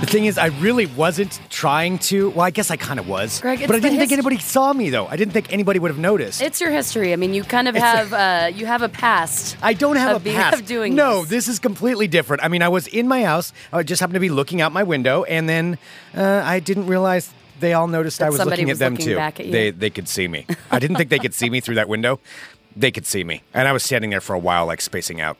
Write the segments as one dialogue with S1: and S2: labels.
S1: The thing is, I really wasn't trying to. Well, I guess I kind of was.
S2: Greg, it's
S1: but I
S2: the
S1: didn't think
S2: hist-
S1: anybody saw me, though. I didn't think anybody would have noticed.
S2: It's your history. I mean, you kind of have uh, you have a past.
S1: I don't have
S2: of
S1: a
S2: being-
S1: past.
S2: of doing
S1: no,
S2: this.
S1: this. is completely different. I mean, I was in my house. I just happened to be looking out my window, and then uh, I didn't realize they all noticed
S2: That
S1: I was
S2: somebody
S1: looking
S2: was
S1: at them
S2: looking
S1: too.
S2: back at you.
S1: They they could see me. I didn't think they could see me through that window. They could see me, and I was standing there for a while, like spacing out.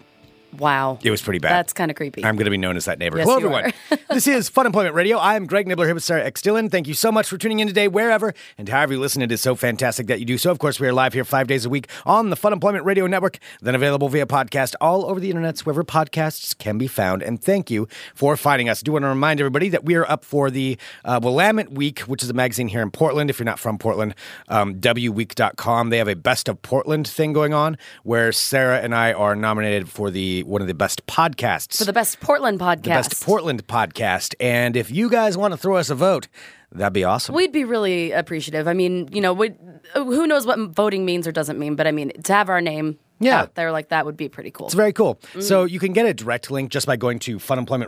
S2: Wow,
S1: It was pretty bad.
S2: That's kind of creepy.
S1: I'm going to be known as that neighbor.
S2: Yes,
S1: Hello,
S2: you
S1: everyone. this is Fun Employment Radio. I'm Greg Nibbler here with Sarah X. Dillon. Thank you so much for tuning in today, wherever and however you listen. It is so fantastic that you do so. Of course, we are live here five days a week on the Fun Employment Radio Network, then available via podcast all over the internet, wherever podcasts can be found. And thank you for finding us. I do want to remind everybody that we are up for the uh, Willamette Week, which is a magazine here in Portland. If you're not from Portland, um, wweek.com. They have a Best of Portland thing going on where Sarah and I are nominated for the one of the best podcasts
S2: For the best Portland podcast.
S1: the Best Portland podcast. And if you guys want to throw us a vote, that'd be awesome.
S2: We'd be really appreciative. I mean, you know, we, who knows what voting means or doesn't mean, but I mean, to have our name
S1: Yeah.
S2: out there like that would be pretty cool.
S1: it's very cool.
S2: Mm.
S1: So you can get a direct link just by going to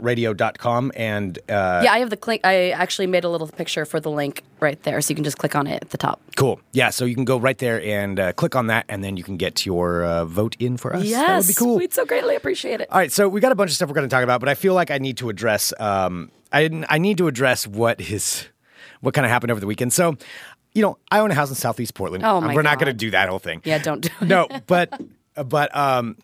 S1: funemploymentradio.com and uh,
S2: yeah, I have the click. I actually made a little picture for the link right there, so you can just click on it at the top.
S1: cool. Yeah, so you can go right there and uh, click on that, and then you can get your uh, vote in for us. that would
S2: yes,
S1: be cool.
S2: we'd so greatly appreciate it.
S1: All right, so we got a bunch of stuff we're going to talk about, but I feel like I need to address. Um, I I need to address what is what kind of happened over the weekend. So, you know, I own a house in Southeast Portland.
S2: Oh, my
S1: we're not
S2: God.
S1: going to do that whole thing.
S2: Yeah, don't do it.
S1: no, but but um,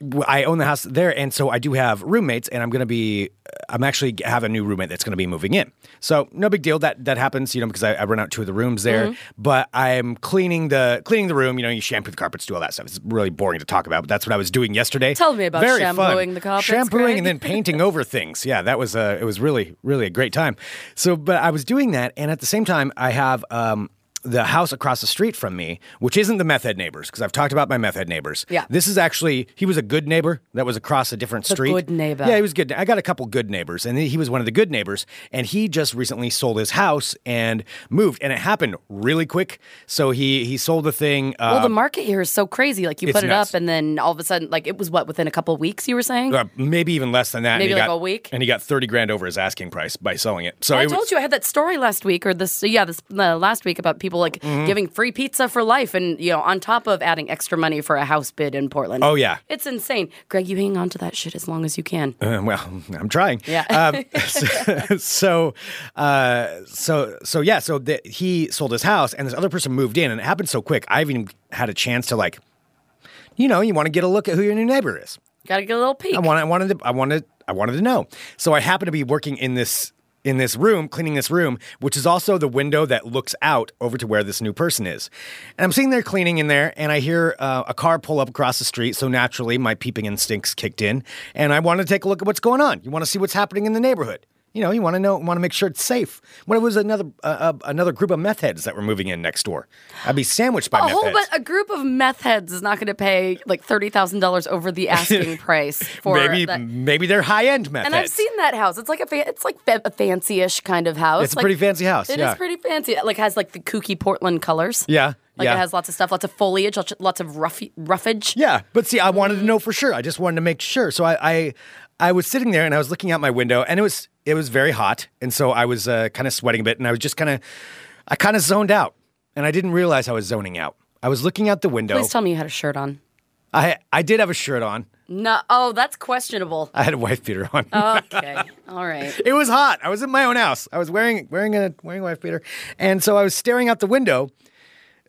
S1: w- I own the house there, and so I do have roommates, and I'm gonna be, I'm actually have a new roommate that's gonna be moving in. So no big deal that that happens, you know, because I, I rent out two of the rooms there.
S2: Mm-hmm.
S1: But I'm cleaning the cleaning the room, you know, you shampoo the carpets, do all that stuff. It's really boring to talk about, but that's what I was doing yesterday.
S2: Tell me about
S1: Very
S2: shampooing
S1: fun.
S2: the carpets,
S1: shampooing
S2: Greg.
S1: and then painting over things. Yeah, that was uh, it was really really a great time. So, but I was doing that, and at the same time, I have. Um, the house across the street from me, which isn't the meth head neighbors, because I've talked about my meth head neighbors.
S2: Yeah.
S1: This is actually, he was a good neighbor that was across a different
S2: The
S1: street.
S2: good neighbor.
S1: Yeah, he was good. I got a couple good neighbors, and he was one of the good neighbors. And he just recently sold his house and moved, and it happened really quick. So he he sold the thing. Uh,
S2: Well, the market here is so crazy. Like you
S1: it's
S2: put it
S1: nuts.
S2: up, and then all of a sudden, like it was what within a couple weeks. You were saying.
S1: uh, maybe even less than that. and
S2: Maybe
S1: he
S2: like
S1: got-
S2: a week?
S1: and he got thirty grand over his asking price by selling it. So
S2: I
S1: it was,
S2: told you I had that story last week, or this, yeah, this uh, last week about people like
S1: Mm-hmm.
S2: giving free pizza for life, and you know, on top of adding extra money for a house bid in Portland.
S1: Oh, yeah.
S2: it's insane, Greg. You hang on to that shit as long as you can.
S1: Uh, well, I'm trying.
S2: Yeah.
S1: Um, so, so, uh, so, so yeah. So the, he sold his house, and this other person moved in, and it happened so quick. I haven't even had a chance to like, you know, you want to get a look at who your new neighbor is.
S2: Got to get a little peek.
S1: I wanted, I wanted, to, I wanted, I wanted to know. So I happened to be working in this in this room, cleaning this room, which is also the window that looks out over to where this new person is. And I'm sitting there cleaning in there, and I hear uh, a car pull up across the street. So naturally, my peeping instincts kicked in, and I wanted to take a look at what's going on. You want to see what's happening in the neighborhood. You know, you want to know, want to make sure it's safe. What if it was another uh, uh, another group of meth heads that were moving in next door? I'd be sandwiched by
S2: a
S1: meth
S2: whole
S1: heads.
S2: but a group of meth heads is not going to pay like thirty thousand dollars over the asking price for
S1: maybe
S2: that.
S1: maybe they're high end meth
S2: And I've
S1: heads.
S2: seen that house. It's like a fa- it's like fa- a fancy-ish kind of house.
S1: It's a
S2: Like,
S1: pretty fancy house,
S2: It is
S1: yeah.
S2: pretty fancy. It, like has like the kooky Portland colors.
S1: Yeah,
S2: Like
S1: yeah.
S2: it has lots of stuff, lots of foliage, lots- lots of rough, roughage.
S1: Yeah, but see, I wanted to know for sure. I just wanted to make sure. So I, I, I was sitting there and I was looking out my window, and it was it was very hot, and so I was uh, kind of sweating a bit, and I was just kind of, I kind of zoned out, and I didn't realize I was zoning out. I was looking out the window.
S2: Please tell me you had a shirt on.
S1: I I did have a shirt on.
S2: No, oh, that's questionable.
S1: I had a wife beater on.
S2: Oh, Okay, all right.
S1: It was hot. I was in my own house. I was wearing wearing a wearing a wife beater, and so I was staring out the window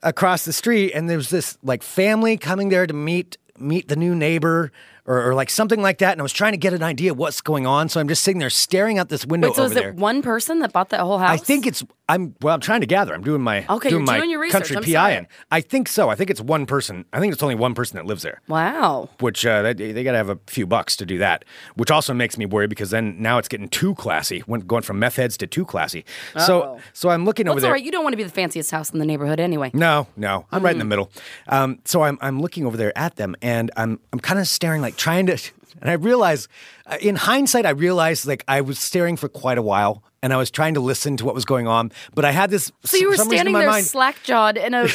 S1: across the street, and there was this like family coming there to meet meet the new neighbor or, or like something like that. And I was trying to get an idea of what's going on, so I'm just sitting there staring out this window
S2: Wait, so
S1: over
S2: is it
S1: there.
S2: one person that bought that whole house?
S1: I think it's I'm well. I'm trying to gather. I'm doing my
S2: Okay,
S1: doing
S2: you're
S1: my
S2: doing your research.
S1: country
S2: I'm
S1: PI.
S2: sorry.
S1: in. I think so. I think it's one person. I think it's only one person that lives there
S2: Wow.
S1: which uh, they, they got to have a few bucks to do that, which also makes me worry because then now it's getting too classy, when, going from meth heads to too classy. So
S2: Uh-oh.
S1: so I'm looking over
S2: That's all
S1: there.
S2: right. You don't want to be the fanciest house in the neighborhood anyway.
S1: No, no, I'm right in the middle. Um, so I'm I'm looking over there at them, and I'm I'm kind of staring like, like trying to, and I realized, uh, in hindsight, I realized like I was staring for quite a while, and I was trying to listen to what was going on, but I had this.
S2: So you were
S1: some reason in
S2: standing
S1: my
S2: there,
S1: mind-
S2: slack jawed, in a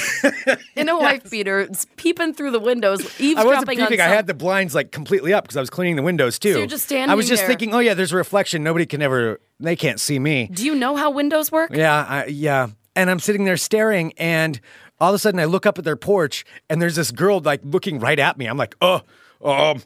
S2: in a wife beater, s- peeping through the windows,
S1: I wasn't
S2: eavesdropping on.
S1: peeping. I
S2: some-
S1: had the blinds like completely up because I was cleaning the windows too.
S2: you're
S1: I
S2: just
S1: was
S2: standing
S1: just
S2: there.
S1: thinking, oh yeah, there's a reflection. Nobody can ever. They can't see me.
S2: Do you know how windows work?
S1: Yeah, I, yeah. And I'm sitting there staring, and all of a sudden I look up at their porch, and there's this girl like looking right at me. I'm like, oh, um,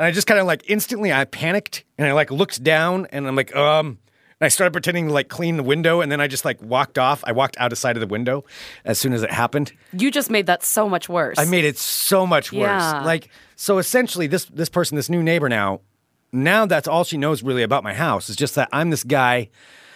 S1: and I just kind of like instantly I panicked, and I like looked down, and I'm like, um. And I started pretending to like clean the window, and then I just like walked off. I walked out of sight of the window as soon as it happened.
S2: You just made that so much worse.
S1: I made it so much worse.
S2: Yeah.
S1: Like so essentially this this person, this new neighbor now, now that's all she knows really about my house is just that I'm this guy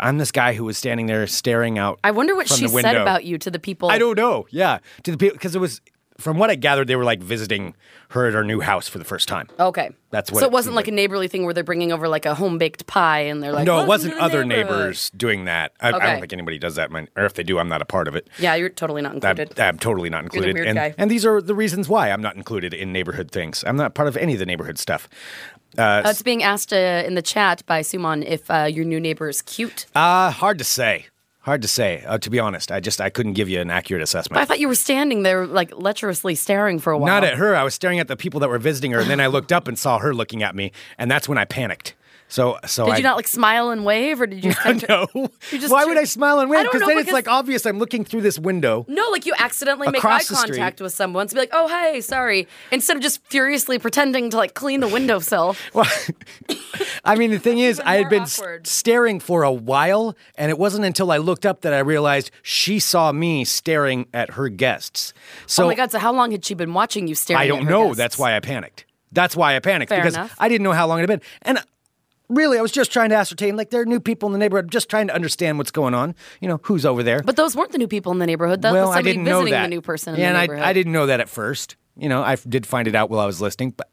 S1: I'm this guy who was standing there staring out.
S2: I wonder what
S1: from
S2: she
S1: the
S2: said
S1: window.
S2: about you to the people.
S1: I don't know. Yeah. To the people because it was from what I gathered, they were like visiting her at her new house for the first time.
S2: Okay,
S1: That's what
S2: So
S1: it
S2: it wasn't
S1: seemed
S2: like a neighborly thing where they're bringing over like a home baked pie and they're like, "Oh,
S1: no, it
S2: "Welcome
S1: wasn't
S2: to the
S1: other
S2: neighborhood."
S1: neighbors doing that. I, I don't
S2: Okay.
S1: think anybody does that, or if they do, I'm not a part of it.
S2: Yeah, you're totally not
S1: I'm,
S2: included.
S1: I'm totally not
S2: You're the
S1: included.
S2: weird
S1: and,
S2: guy.
S1: and these are the reasons why I'm not included in neighborhood things. I'm not part of any of the neighborhood stuff. Uh,
S2: Uh, it's being asked uh, in the chat by Suman if uh, your new neighbor is cute.
S1: uh, hard to say. Hard to say. Uh, to be honest, I just I couldn't give you an accurate
S2: I
S1: assessment.
S2: thought you were standing there like lecherously staring for a while.
S1: Not at her. I was staring at the people that were visiting her, and then I looked up and saw her looking at me, and that's when I panicked. So, so
S2: Did
S1: I,
S2: you not like smile and wave, or did you? Just kind of-
S1: no.
S2: You just
S1: Why
S2: tur-
S1: would I smile and wave?
S2: I don't
S1: Because
S2: know,
S1: then it's
S2: because-
S1: like obvious I'm looking through this window.
S2: No, like you accidentally make eye
S1: Across the street.
S2: contact with someone to be like, "Oh, hey, sorry," instead of just furiously pretending to like clean the windowsill.
S1: Well, I mean, the thing is,
S2: even
S1: I had
S2: more
S1: been s-
S2: awkward.
S1: staring for a while, and it wasn't until I looked up that I realized she saw me staring at her guests. So
S2: oh my god! So how long had she been watching you staring?
S1: I
S2: at
S1: don't
S2: her
S1: know.
S2: guests?
S1: That's why I panicked. That's why I panicked
S2: Fair
S1: because
S2: enough.
S1: I didn't know how long it had been. And really, I was just trying to ascertain like, there are new people in the neighborhood, just trying to understand what's going on, you know, who's over there.
S2: But those weren't the new people in the neighborhood. That
S1: well,
S2: was
S1: I
S2: somebody
S1: didn't know
S2: visiting
S1: that.
S2: the new person.
S1: yeah,
S2: in the
S1: and
S2: neighborhood.
S1: I, I didn't know that at first. You know, I f- did find it out while I was listening, but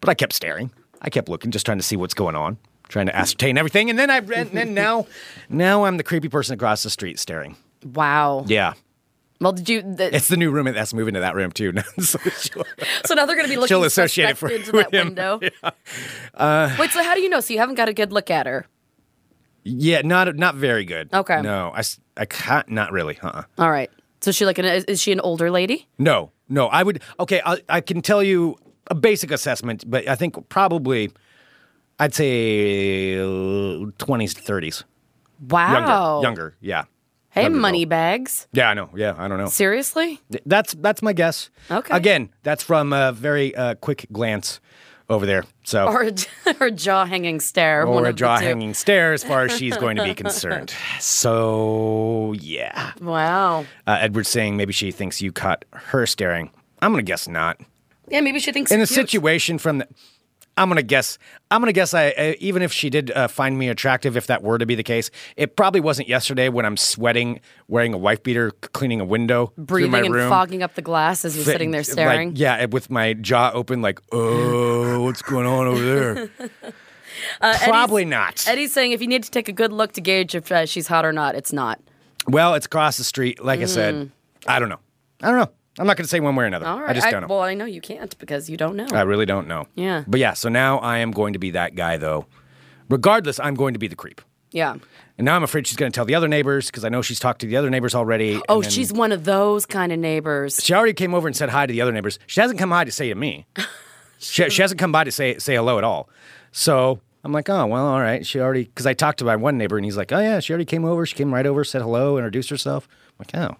S1: but I kept staring. I kept looking, just trying to see what's going on, trying to ascertain everything. And then I and then now now I'm the creepy person across the street staring.
S2: Wow.
S1: Yeah.
S2: Well, did you? The,
S1: It's the new roommate that's moving to that room too. now, so she'll-
S2: so now they're going to be looking.
S1: she'll associate it for-
S2: suspect into
S1: with
S2: that
S1: him.
S2: window. Wait. So how do you know? So you haven't got a good look at her.
S1: yeah, not not very good.
S2: Okay.
S1: No, I s- I can't. Not really. Uh. uh
S2: All right. So she like an, is she an older lady?
S1: No, no. I would. Okay, I, I can tell you a basic assessment, but I think probably I'd say twenties, thirties. Younger,
S2: Wow.
S1: younger. Yeah.
S2: Hey,
S1: Younger girl.
S2: money bags.
S1: Yeah, I know. Yeah, I don't know.
S2: Seriously?
S1: Th- That's that's my guess.
S2: Okay.
S1: Again, that's from a very uh, quick glance over there. So.
S2: Or a, or a jaw hanging stare. one
S1: or a
S2: of the
S1: jaw
S2: two.
S1: hanging stare as far as she's going to be concerned. So, yeah.
S2: Wow.
S1: Uh, Edward's saying maybe she thinks you caught her staring. I'm going to guess not.
S2: Yeah, maybe she thinks
S1: in a
S2: it's cute.
S1: situation from the i'm gonna guess i'm gonna guess i, I even if she did uh, find me attractive if that were to be the case it probably wasn't yesterday when i'm sweating wearing a wife beater c- cleaning a window
S2: breathing
S1: through my
S2: and
S1: room
S2: fogging up the glass as you're
S1: Th-
S2: sitting there
S1: like,
S2: staring.
S1: yeah and with my jaw open like oh what's going on over there
S2: Uh,
S1: probably not
S2: Eddie's saying if you need to take a good look to gauge if uh, she's hot or not, it's not.
S1: well it's across the street like i said i don't know i don't know i'm not gonna say one way or another
S2: Mm. All right.
S1: i just don't know
S2: well, I know you can't because you don't know.
S1: I really don't know.
S2: Yeah.
S1: But yeah, so now I am going to be that guy though. Regardless, I'm going to be the creep.
S2: yeah.
S1: And now I'm afraid she's going to tell the other neighbors because I know she's talked to the other neighbors already. and
S2: Oh,
S1: then-
S2: she's one of those kind of neighbors.
S1: She already came over and said hi to the other neighbors. She hasn't come hi to say to me. she, she hasn't come by to say say hello at all. So I'm like, oh well, all right. She already because I talked to my one neighbor and he's like, oh yeah, she already came over. She came right over, said hello, introduced herself. I'm like, oh,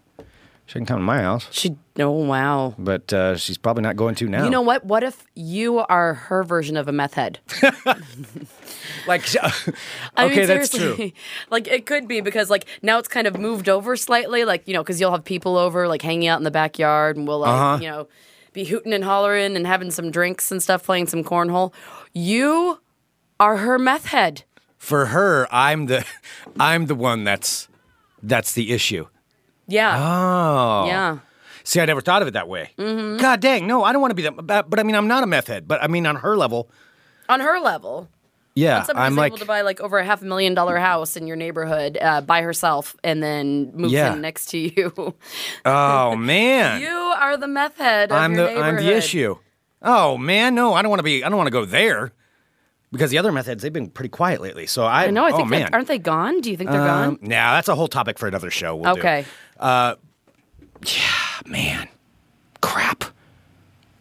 S1: she didn't come to my house,
S2: She. Oh, wow.
S1: but uh, she's probably not going to now.
S2: You know what? What if you are her version of a meth head?
S1: like, okay,
S2: I mean,
S1: that's
S2: seriously.
S1: true.
S2: like it could be because like now it's kind of moved over slightly, like you know, because you'll have people over, like hanging out in the backyard, and we'll like
S1: Uh-huh.
S2: you know be hooting and hollering and having some drinks and stuff, playing some cornhole. You are her meth head.
S1: For her, I'm the, I'm the one that's, that's the issue.
S2: Yeah.
S1: Oh.
S2: Yeah.
S1: See, I never thought of it that way.
S2: Mm-hmm.
S1: God dang, no, I don't want to be that. But, but I mean, I'm not a meth head. But I mean, on her level,
S2: On her level,
S1: yeah,
S2: somebody's
S1: I'm like,
S2: able to buy like over a half a million dollar house in your neighborhood uh, by herself, and then moves
S1: Yeah.
S2: in next to you.
S1: oh man,
S2: you are the meth head. Of
S1: I'm
S2: your
S1: the I'm the
S2: neighborhood.
S1: issue. Oh man, no, I don't want to be. I don't want to go there because the other methods they've been pretty quiet lately. So I,
S2: I know. I
S1: oh,
S2: think
S1: man.
S2: that, aren't they gone? Do you think they're
S1: Um,
S2: gone?
S1: nah, that's a whole topic for another show. We'll do. Ah,
S2: Okay.
S1: man, crap.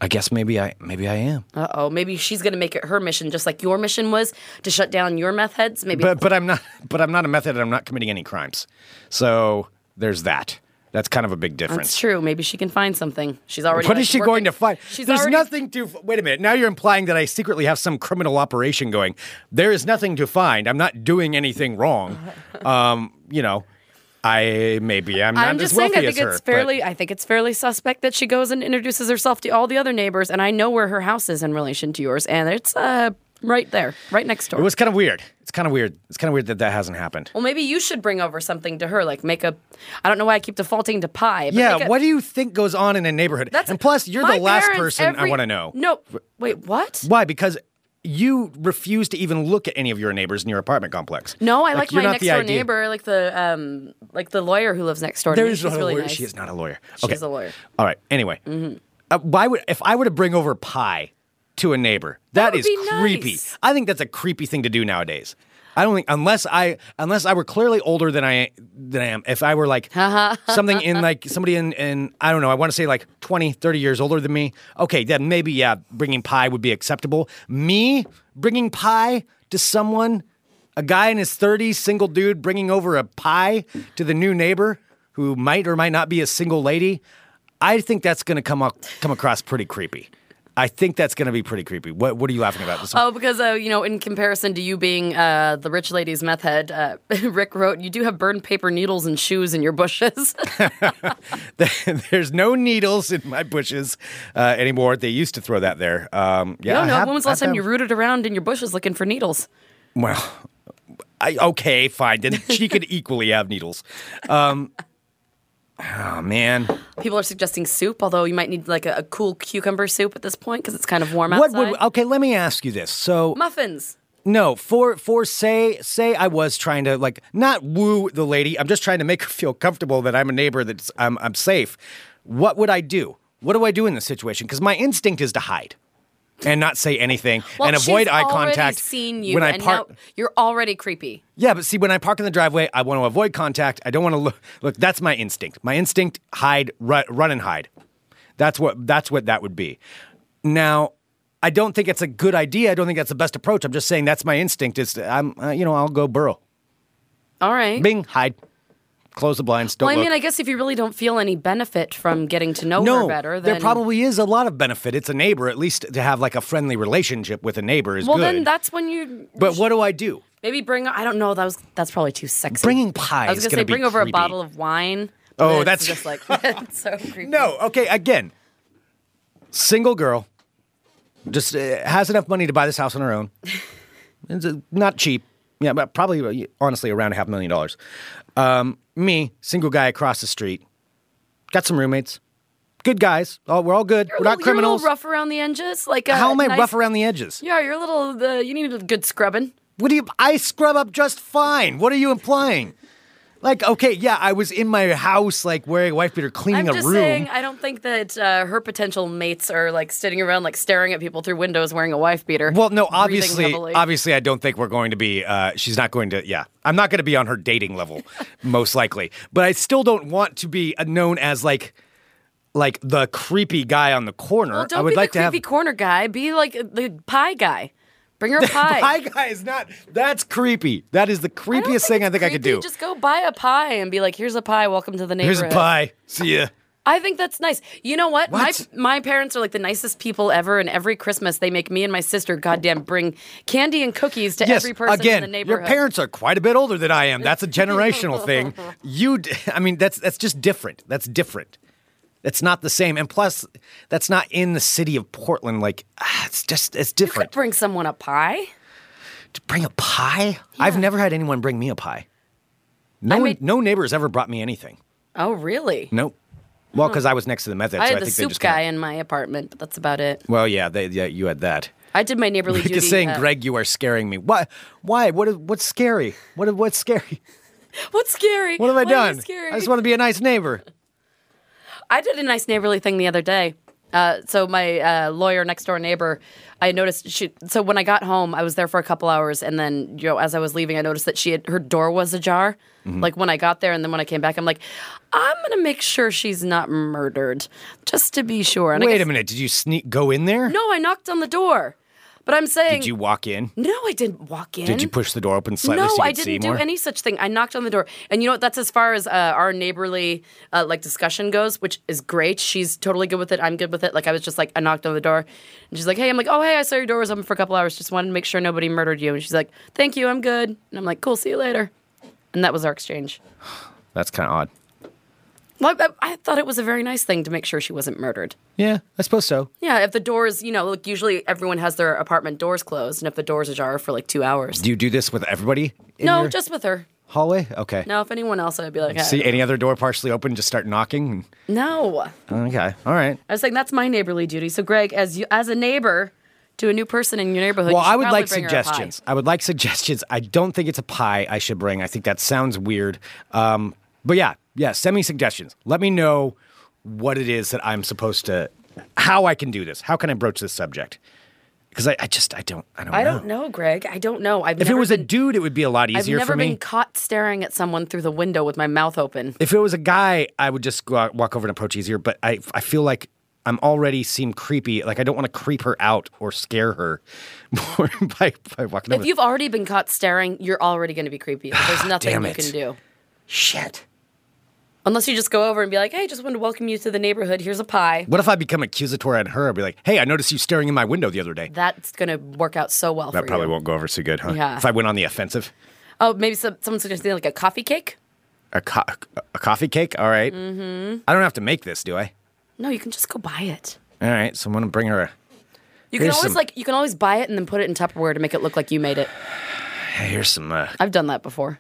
S1: I guess maybe I maybe I am.
S2: Uh oh. Maybe she's gonna make it her mission, just like your mission was to shut down your meth heads. Maybe.
S1: But but I'm not but I'm not a method and I'm not committing any crimes. So there's that. That's kind of a big difference.
S2: that's true. Maybe she can find something. She's already.
S1: What
S2: like,
S1: is she
S2: working-
S1: going to find?
S2: She's
S1: There's
S2: already-
S1: nothing to. Wait a minute. Now you're implying that I secretly have some criminal operation going. There is nothing to find. I'm not doing anything wrong. um, you know, I maybe I'm not
S2: I'm
S1: as
S2: just saying.
S1: wealthy
S2: I think
S1: as her.
S2: it's
S1: but-
S2: fairly. I think it's fairly suspect that she goes and introduces herself to all the other neighbors, and I know where her house is in relation to yours, and it's uh right there, right next door.
S1: It was kind of weird. It's kind of weird. It's kind of weird that that hasn't happened.
S2: well, maybe you should bring over something to her, like make a. I don't know why I keep defaulting to pie. But
S1: Yeah,
S2: make a-
S1: what do you think goes on in a neighborhood?
S2: uh, That's
S1: and plus, you're
S2: my
S1: the last
S2: parents
S1: person I
S2: every-
S1: want to know.
S2: No, wait, what?
S1: Why? Because you refuse to even look at any of your neighbors in your apartment complex.
S2: No, I like,
S1: you're
S2: my
S1: not
S2: next
S1: the
S2: door
S1: idea.
S2: neighbor, like the um, like the lawyer who lives next door. to
S1: There
S2: me.
S1: is
S2: She's
S1: not a
S2: really
S1: lawyer.
S2: nice.
S1: She is not a lawyer.
S2: She's a lawyer. Mm-hmm.
S1: All right. Anyway, uh, why would if I were to bring over pie to a neighbor?
S2: That
S1: that
S2: would
S1: is
S2: be
S1: creepy.
S2: nice.
S1: I think that's a creepy thing to do nowadays. I don't think unless I unless I were clearly older than I than I am. If I were like something in like somebody in in I don't know, I want to say like 20, 30 years older than me. Okay, then maybe yeah, bringing pie would be acceptable. Me bringing pie to someone, a guy in his 30s, single dude bringing over a pie to the new neighbor who might or might not be a single lady. I think that's going to come up, come across pretty creepy. I think that's going to be pretty creepy. What what are you laughing about? This-
S2: Oh, because uh, you know, in comparison to you being uh, the rich lady's meth head, uh, Rick wrote, "You do have burned paper needles and shoes in your bushes."
S1: There's no needles in my bushes uh, anymore. They used to throw that there. Um, yeah,
S2: I don't know.
S1: I have-
S2: when was the last
S1: I
S2: time you
S1: have-
S2: rooted around in your bushes looking for needles?
S1: Well, I, okay, fine. Then she could equally have needles. Um, oh man,
S2: People are suggesting soup, although you might need like a, a cool cucumber soup at this point because it's kind of warm
S1: what
S2: outside.
S1: would? Okay, let me ask you this. So
S2: Muffins.
S1: No, for for say say I was trying to like not woo the lady. I'm just trying to make her feel comfortable that I'm a neighbor that's I'm I'm safe. What would I do? What do I do in this situation? Because my instinct is to hide and not say anything
S2: Well,
S1: and avoid
S2: she's
S1: eye
S2: already
S1: contact
S2: Seen you
S1: when I
S2: and
S1: park.
S2: now you're already creepy.
S1: Yeah, but see, when I park in the driveway, I want to avoid contact. I don't want to look. Look, that's my instinct. My instinct: hide, run, run and hide. That's what. That's what that would be. Now, I don't think it's a good idea. I don't think that's the best approach. I'm just saying that's my instinct. Is I'm, uh, you know, I'll go burrow,
S2: All right.
S1: Bing, hide, close the blinds. Don't
S2: well, I
S1: look.
S2: mean, I guess if you really don't feel any benefit from getting to know
S1: no,
S2: her better, then
S1: there probably is a lot of benefit. It's a neighbor, at least to have like a friendly relationship with a neighbor is
S2: well,
S1: good.
S2: then that's when you
S1: but what do I do?
S2: maybe bring. I don't know. That was that's probably too sexy.
S1: Bringing pie
S2: I was
S1: is
S2: gonna
S1: gonna
S2: say
S1: be
S2: bring over
S1: creepy.
S2: a bottle of wine.
S1: Oh,
S2: But it's
S1: that's-
S2: just like that's so creepy.
S1: No, okay, again. Single girl just uh, has enough money to buy this house on her own. It's uh, not cheap. Yeah, but probably uh, honestly around a half million dollars. Um, me, single guy across the street. Got some roommates. Good guys. All, we're all good.
S2: You're a
S1: we're
S2: little-
S1: not criminals.
S2: You're a little rough around the edges. Like a
S1: How am I
S2: nice-
S1: rough around the edges?
S2: Yeah, you're a little. Uh, you need a good scrubbing.
S1: What do you? I scrub up just fine. What are you implying? Like, okay, yeah, I was in my house, like wearing a wife beater,
S2: I'm
S1: cleaning
S2: just
S1: a room.
S2: saying, I don't think that uh, her potential mates are like sitting around, like staring at people through windows wearing a wife beater.
S1: Well, no,
S2: breathing
S1: obviously,
S2: heavily.
S1: obviously, I don't think we're going to be. Uh, she's not going to. Yeah, I'm not going to be on her dating level, most likely. But I still don't want to be uh, known as like, like the creepy guy on the corner.
S2: Well, don't
S1: I would
S2: be
S1: like
S2: the
S1: to have.
S2: creepy corner guy. Be like the pie guy. Bring her pie.
S1: Pie guy is not. That's creepy. That is the
S2: I don't
S1: creepiest thing
S2: it's
S1: I think I could
S2: creepy.
S1: do.
S2: Just go buy a pie and be like, "Here's a pie. Welcome to the neighborhood."
S1: Here's a pie. See ya.
S2: I think that's nice. You know what?
S1: What?
S2: My my parents are like the nicest people ever, and every Christmas they make me and my sister goddamn bring candy and cookies to
S1: Yes,
S2: every person
S1: again,
S2: in the neighborhood.
S1: your parents are quite a bit older than I am. That's a generational thing. You, d- I mean, that's that's just different. That's different. That's not the same. And plus, that's not in the city of Portland. Like, ah, it's just it's
S2: you could
S1: different.
S2: bring someone a pie.
S1: To bring a pie? I've never had anyone bring me a pie. No,
S2: I
S1: one,
S2: made-
S1: no neighbor has ever brought me anything.
S2: Oh, really?
S1: Nope. Well, because I was next to the method,
S2: I
S1: so
S2: had
S1: Mm, I
S2: the
S1: think they
S2: soup
S1: just
S2: guy
S1: Kinda,
S2: in my apartment, but that's about it.
S1: well, yeah, they, yeah, you had that.
S2: I did my neighborly
S1: Rick
S2: duty.
S1: is saying,
S2: uh,
S1: "Greg, you are scaring me. Why? Why? What? is- What's scary? What? What's scary?
S2: What's scary?
S1: What have I
S2: What am I
S1: done?
S2: scary?
S1: I just want to be a nice neighbor."
S2: I did a nice neighborly thing the other day. Uh, so my uh, lawyer next door neighbor, I noticed she. So when I got home, I was there for a couple hours, and then you know, as I was leaving, I noticed that she had her door was ajar.
S1: Mm-hmm.
S2: Like when I got there, and then when I came back, I'm like, I'm gonna make sure she's not murdered, just to be sure. And I
S1: Wait a
S2: guess-
S1: minute. Did you sneak go in there?
S2: No, I knocked on the door, but I'm saying
S1: Did you walk in?
S2: no, I didn't walk in.
S1: Did you push the door open slightly
S2: no,
S1: so you could
S2: I didn't
S1: see
S2: do
S1: more?
S2: any such thing. I knocked on the door, and you know what? That's as far as uh, our neighborly uh, like discussion goes, which is great. She's totally good with it. I'm good with it. Like I was just like I knocked on the door, and she's like, "Hey," I'm like, "Oh, hey, I saw your door was open for a couple hours. Just wanted to make sure nobody murdered you." And she's like, "Thank you, I'm good." And I'm like, "Cool, see you later." And that was our exchange.
S1: That's kind of odd.
S2: Well, I, I thought it was a very nice thing to make sure she wasn't murdered.
S1: Yeah, I suppose so.
S2: Yeah, if the doors, you know, like usually everyone has their apartment doors closed, and if the doors ajar for like two hours,
S1: Do you do this with everybody? In
S2: no,
S1: your
S2: just with her.
S1: hallway. Okay.
S2: No, if anyone else, I'd be like,
S1: See any other door partially open? Just start knocking.
S2: no.
S1: Okay. All right.
S2: I was saying that's my neighborly duty. So, Greg, as you as a neighbor to a new person in your neighborhood,
S1: Well,
S2: you should
S1: I would
S2: probably
S1: like
S2: bring her a pie.
S1: suggestions. I would like suggestions. I don't think it's a pie I should bring. I think that sounds weird. Um, but yeah, yeah, send me suggestions. Let me know what it is that I'm supposed to, how I can do this. How can I broach this subject? Because I, I just, I don't, I don't
S2: I
S1: know.
S2: don't know, Greg. I don't know. I've
S1: If it
S2: never
S1: was a
S2: been-
S1: dude, it would be a lot
S2: I've
S1: easier
S2: never
S1: for me.
S2: been caught staring at someone through the window with my mouth open.
S1: if it was a guy, I would just go out, walk over and approach easier. But I, I feel like I'm already seem creepy. Like I don't want to creep her out or scare her more by, by walking over.
S2: If you've already been caught staring, you're already going to be creepy. There's nothing
S1: Damn
S2: you
S1: it.
S2: can do.
S1: Shit.
S2: Unless you just go over and be like, "Hey, just wanted to welcome you to the neighborhood. Here's a pie."
S1: What if I become accusatory on her? I'd be like, hey, I noticed you staring in my window the other day.
S2: That's going to work out so well for
S1: That probably
S2: you.
S1: won't go over so good, huh?
S2: Yeah.
S1: If I went on the offensive,
S2: Oh, maybe some, someone suggested like a coffee cake.
S1: a, co- a coffee cake, all Mm-hmm. I don't have to make this, do I?
S2: No, you can just go buy it.
S1: All right, so I'm going to bring her a.
S2: You can
S1: Here's
S2: always
S1: some-
S2: like you can always buy it and then put it in Tupperware to make it look like you made it.
S1: Hey, here's some. Uh,
S2: I've done that before.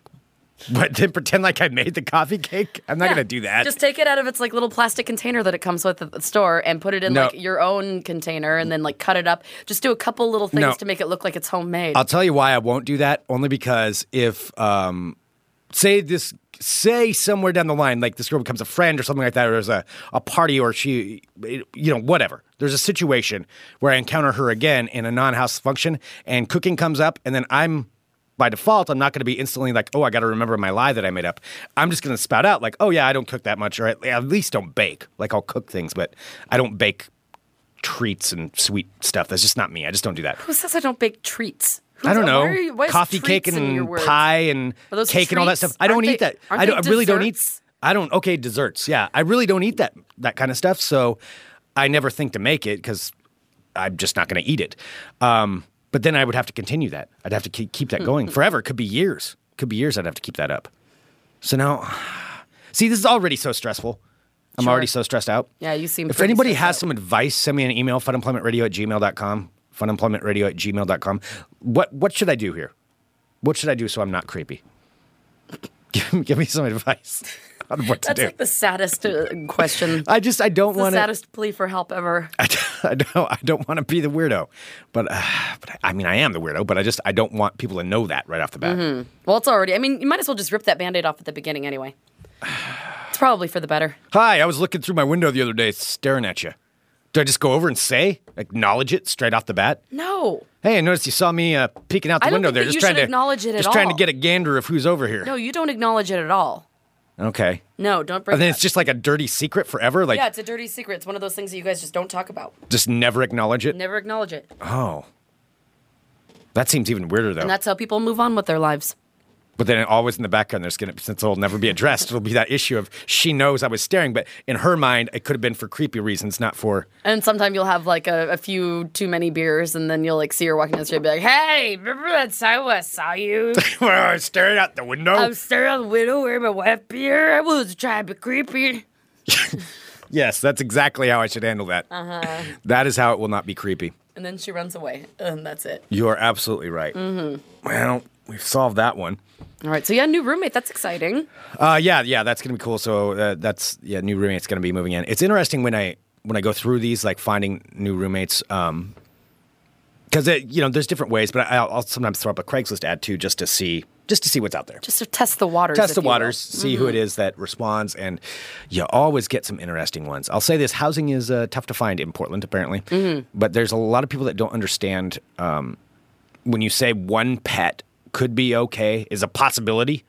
S1: but then pretend like I made the coffee cake? I'm not
S2: Yeah.
S1: going to do that.
S2: Just take it out of its like little plastic container that it comes with at the store and put it in
S1: No.
S2: like your own container and then like cut it up. Just do a couple little things
S1: No.
S2: to make it look like it's homemade.
S1: I'll tell you why I won't do that. Only because if, um, say this, say somewhere down the line, like this girl becomes a friend or something like that, or there's a, a party or she, you know, whatever. There's a situation where I encounter her again in a non-house function, and cooking comes up, and then I'm. By default, I'm not going to be instantly like, oh, I got to remember my lie that I made up. I'm just going to spout out like, oh yeah, I don't cook that much, or at, at least don't bake. Like I'll cook things, but I don't bake treats and sweet stuff. That's just not me. I just don't do that.
S2: Who says I don't bake treats? Who's-
S1: I don't know.
S2: why are you- why is
S1: Coffee
S2: treats
S1: cake
S2: in your
S1: and
S2: words?
S1: pie and
S2: Are those
S1: cake and all that
S2: treats?
S1: stuff. I don't
S2: Aren't
S1: eat
S2: they-
S1: that.
S2: aren't
S1: I, don't,
S2: they
S1: I really don't eat.
S2: desserts?
S1: I don't. Okay, desserts. Yeah, I really don't eat that that kind of stuff. So I never think to make it because I'm just not going to eat it. Um, but then I would have to continue that. I'd have to keep, keep that
S2: Hmm.
S1: going forever. Could be years. Could be years. I'd have to keep that up. So now, see, this is already so stressful. I'm already so stressed out.
S2: Yeah, you seem
S1: If
S2: pretty
S1: anybody
S2: stressed
S1: has
S2: out.
S1: some advice, send me an email, funemploymentradio at gmail.com. Funemploymentradio at gmail.com. What, what should I do here? What should I do so I'm not creepy? give, me- give me some advice on what to
S2: That's
S1: do.
S2: like the saddest uh, question.
S1: I just, I don't
S2: the
S1: want to.
S2: saddest plea for help ever.
S1: I, I don't, I don't want to be the weirdo. But, uh, but I, I mean, I am the weirdo, but I just, I don't want people to know that right off the bat.
S2: Well, it's already. I mean, you might as well just rip that band aid off at the beginning anyway. It's probably for the better.
S1: Hi, I was looking through my window the other day staring at you. Do I just go over and say, acknowledge it straight off the bat?
S2: No.
S1: Hey, I noticed you saw me uh, peeking out the
S2: I don't
S1: window
S2: think
S1: there.
S2: that
S1: just
S2: you
S1: trying
S2: should
S1: to
S2: acknowledge it at
S1: Just trying to
S2: all.
S1: get a gander of who's over here.
S2: No, you don't acknowledge it at all.
S1: Okay.
S2: No, don't bring
S1: And then
S2: it
S1: it's
S2: up.
S1: just like a dirty secret forever. Like
S2: Yeah, it's a dirty secret. It's one of those things that you guys just don't talk about.
S1: just never acknowledge it.
S2: Never acknowledge it.
S1: Oh, that seems even weirder though.
S2: And that's how people move on with their lives.
S1: But then always in the background, there's gonna since it'll never be addressed. it'll be that issue of she knows I was staring, but in her mind, it could have been for creepy reasons, not for.
S2: And sometimes you'll have like a, a few too many beers, and then you'll like see her walking down the street and be like, hey, remember that time I saw you?
S1: Well, I was staring out the window.
S2: I'm staring on the window wearing my wet beer. I was trying to be creepy.
S1: yes, that's exactly how I should handle that. Uh-huh. is how it will not be creepy.
S2: And then she runs away, and that's it.
S1: You are absolutely right. Mm-hmm. Well, we've solved that one.
S2: All right, so yeah, new roommate. That's exciting.
S1: Uh, yeah, yeah, that's gonna be cool. So uh, that's yeah, new roommate's gonna be moving in. It's interesting when I when I go through these, like finding new roommates, um, because you know there's different ways, but I, I'll, I'll sometimes throw up a Craigslist ad too, just to see just to see what's out there.
S2: Just to test the waters.
S1: Test
S2: if
S1: the
S2: you will. Mm-hmm.
S1: waters, see who it is that responds, and you always get some interesting ones. I'll say this: housing is uh, tough to find in Portland, apparently.
S2: Mm-hmm.
S1: But there's a lot of people that don't understand um, when you say one pet could be okay is a possibility.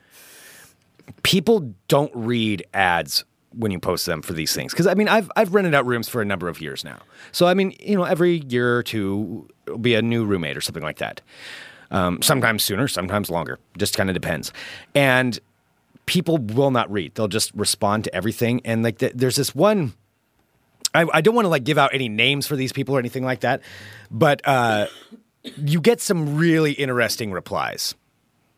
S1: People don't read ads when you post them for these things because I mean I've I've rented out rooms for a number of years now, so I mean you know every year or two it'll be a new roommate or something like that. Um, sometimes sooner, sometimes longer. Just kind of depends. And people will not read; they'll just respond to everything. And like th- there's this one. I, I don't want to like give out any names for these people or anything like that, but uh, you get some really interesting replies.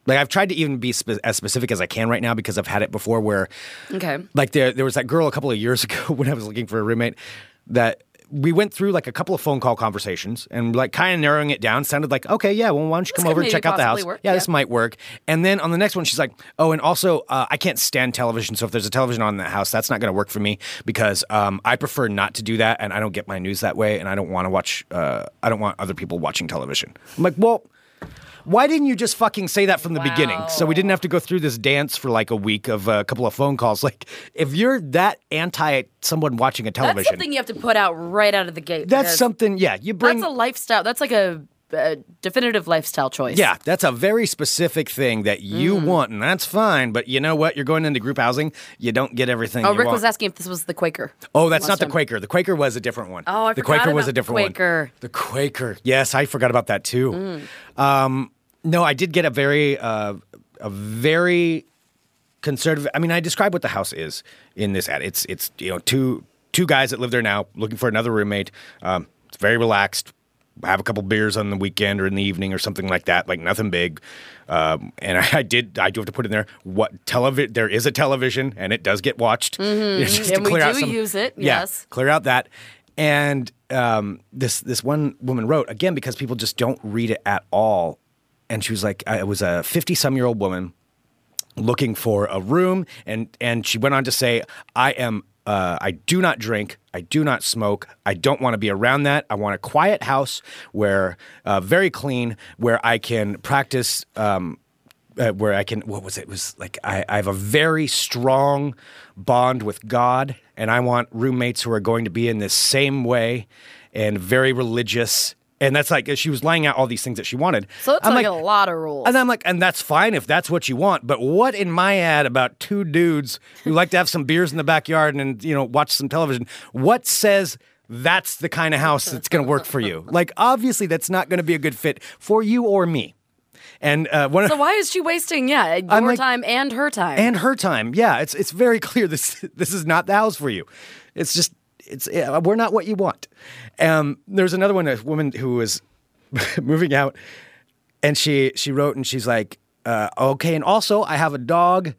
S1: Like I've tried to even be spe- as specific as I can right now because I've had it before where
S2: Okay.
S1: like there there was that girl a couple of years ago when I was looking for a roommate that we went through like a couple of phone call conversations and like kind of narrowing it down sounded like okay yeah well why don't you come
S2: could
S1: over and
S2: maybe
S1: check out the
S2: possibly
S1: house
S2: work,
S1: yeah,
S2: yeah.
S1: this might work and then on the next one she's like oh and also uh, I can't stand television so if there's a television on in that house that's not going to work for me because um, I prefer not to do that and I don't get my news that way and I don't want to watch uh, I don't want other people watching television I'm like well why didn't you just fucking say that from the beginning? So we didn't have to go through this dance for like a week of uh, a couple of phone calls. Like, if you're that anti someone watching a
S2: That's
S1: television,
S2: something you have to put out right out of the gate.
S1: that's
S2: because
S1: something- yeah, you bring.
S2: That's a lifestyle. That's like a, a definitive lifestyle choice.
S1: yeah, that's a very specific thing that you
S2: Mm.
S1: want, and that's fine. But you know what? You're going into group housing. You don't get everything.
S2: Oh,
S1: you
S2: Rick
S1: want.
S2: was asking if this was the Quaker.
S1: Oh, that's not
S2: last
S1: the
S2: time.
S1: Quaker. The Quaker was a different one.
S2: Oh, I
S1: the
S2: forgot
S1: Quaker was
S2: about
S1: a
S2: the
S1: different one.
S2: Quaker. Mm.
S1: The Quaker. Yes, I forgot about that too. Um, no, I did get a very, uh, a very conservative. I mean, I describe what the house is in this ad. It's it's you know two two guys that live there now looking for another roommate. Um, it's very relaxed. Have a couple beers on the weekend or in the evening or something like that. Like nothing big. Um, and I, I did. I do have to put in there what television. There is a television, and it does get watched. Just to
S2: Mm-hmm. And we
S1: clear out
S2: do
S1: some-
S2: use it,
S1: Yeah,
S2: yes.
S1: clear out that. And um, this this one woman wrote again because people just don't read it at all. And she was like, I- it was a fifty some year old woman looking for a room, and and she went on to say, I am. Uh, I do not drink. I do not smoke. I don't want to be around that. I want a quiet house where, uh, very clean, where I can practice um, uh, where I can. What was it? it was like I, I have a very strong bond with God, and I want roommates who are going to be in this same way and very religious. And that's like she was laying out all these things that she wanted.
S2: So it's
S1: I'm
S2: like, a lot of rules.
S1: and I'm like, and that's fine if that's what you want. But what in my ad about two dudes who like to have some beers in the backyard and you know watch some television? What says that's the kind of house that's going to work for you? Like, obviously, that's not going to be a good fit for you or me. And uh, one of
S2: so why is she wasting, yeah, your
S1: I'm like-
S2: time and her time?
S1: and her time. Yeah, it's it's very clear this this is not the house for you. It's just it's yeah, we're not what you want. Um, there's another one, a woman who was moving out, and she she wrote and she's like, uh, okay, and also I have a dog.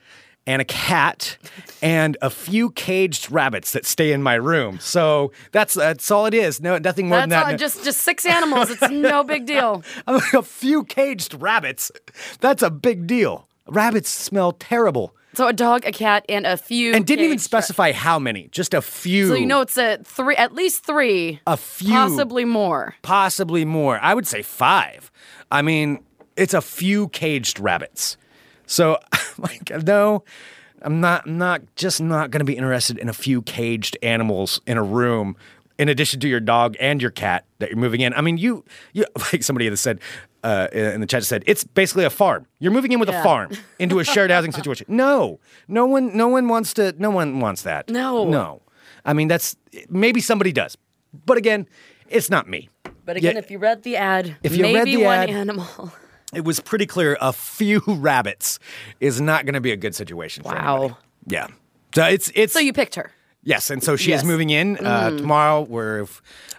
S1: And a cat, and a few caged rabbits that stay in my room. So that's that's all it is. No, nothing more
S2: That's
S1: than that.
S2: all,
S1: No-
S2: just just six animals. It's no big deal.
S1: I'm like, a few caged rabbits. That's a big deal. Rabbits smell terrible.
S2: So a dog, a cat, and a few,
S1: and didn't even
S2: caged rabbits.
S1: specify how many. Just a few.
S2: So you know it's a three, at least three,
S1: a few,
S2: possibly more.
S1: possibly more. I would say five. I mean, it's a few caged rabbits. So, like, no, I'm not. I'm not just not going to be interested in a few caged animals in a room. In addition to your dog and your cat that you're moving in, I mean, you, you like somebody that said uh, in the chat said it's basically a farm. You're moving in with a
S2: Yeah.
S1: farm into a shared housing situation. No, no one, no one wants to. No one wants that.
S2: No.
S1: no. I mean, that's maybe somebody does, but again, it's not me.
S2: But again,
S1: Yeah.
S2: if you read the ad,
S1: If you read
S2: maybe
S1: the
S2: one
S1: ad-
S2: animal.
S1: It was pretty clear a few rabbits is not going to be a good situation. For
S2: Wow.
S1: anybody. Yeah. So it's it's
S2: So you picked her.
S1: yes, and so she is
S2: Yes. Mm.
S1: moving in uh, tomorrow. We're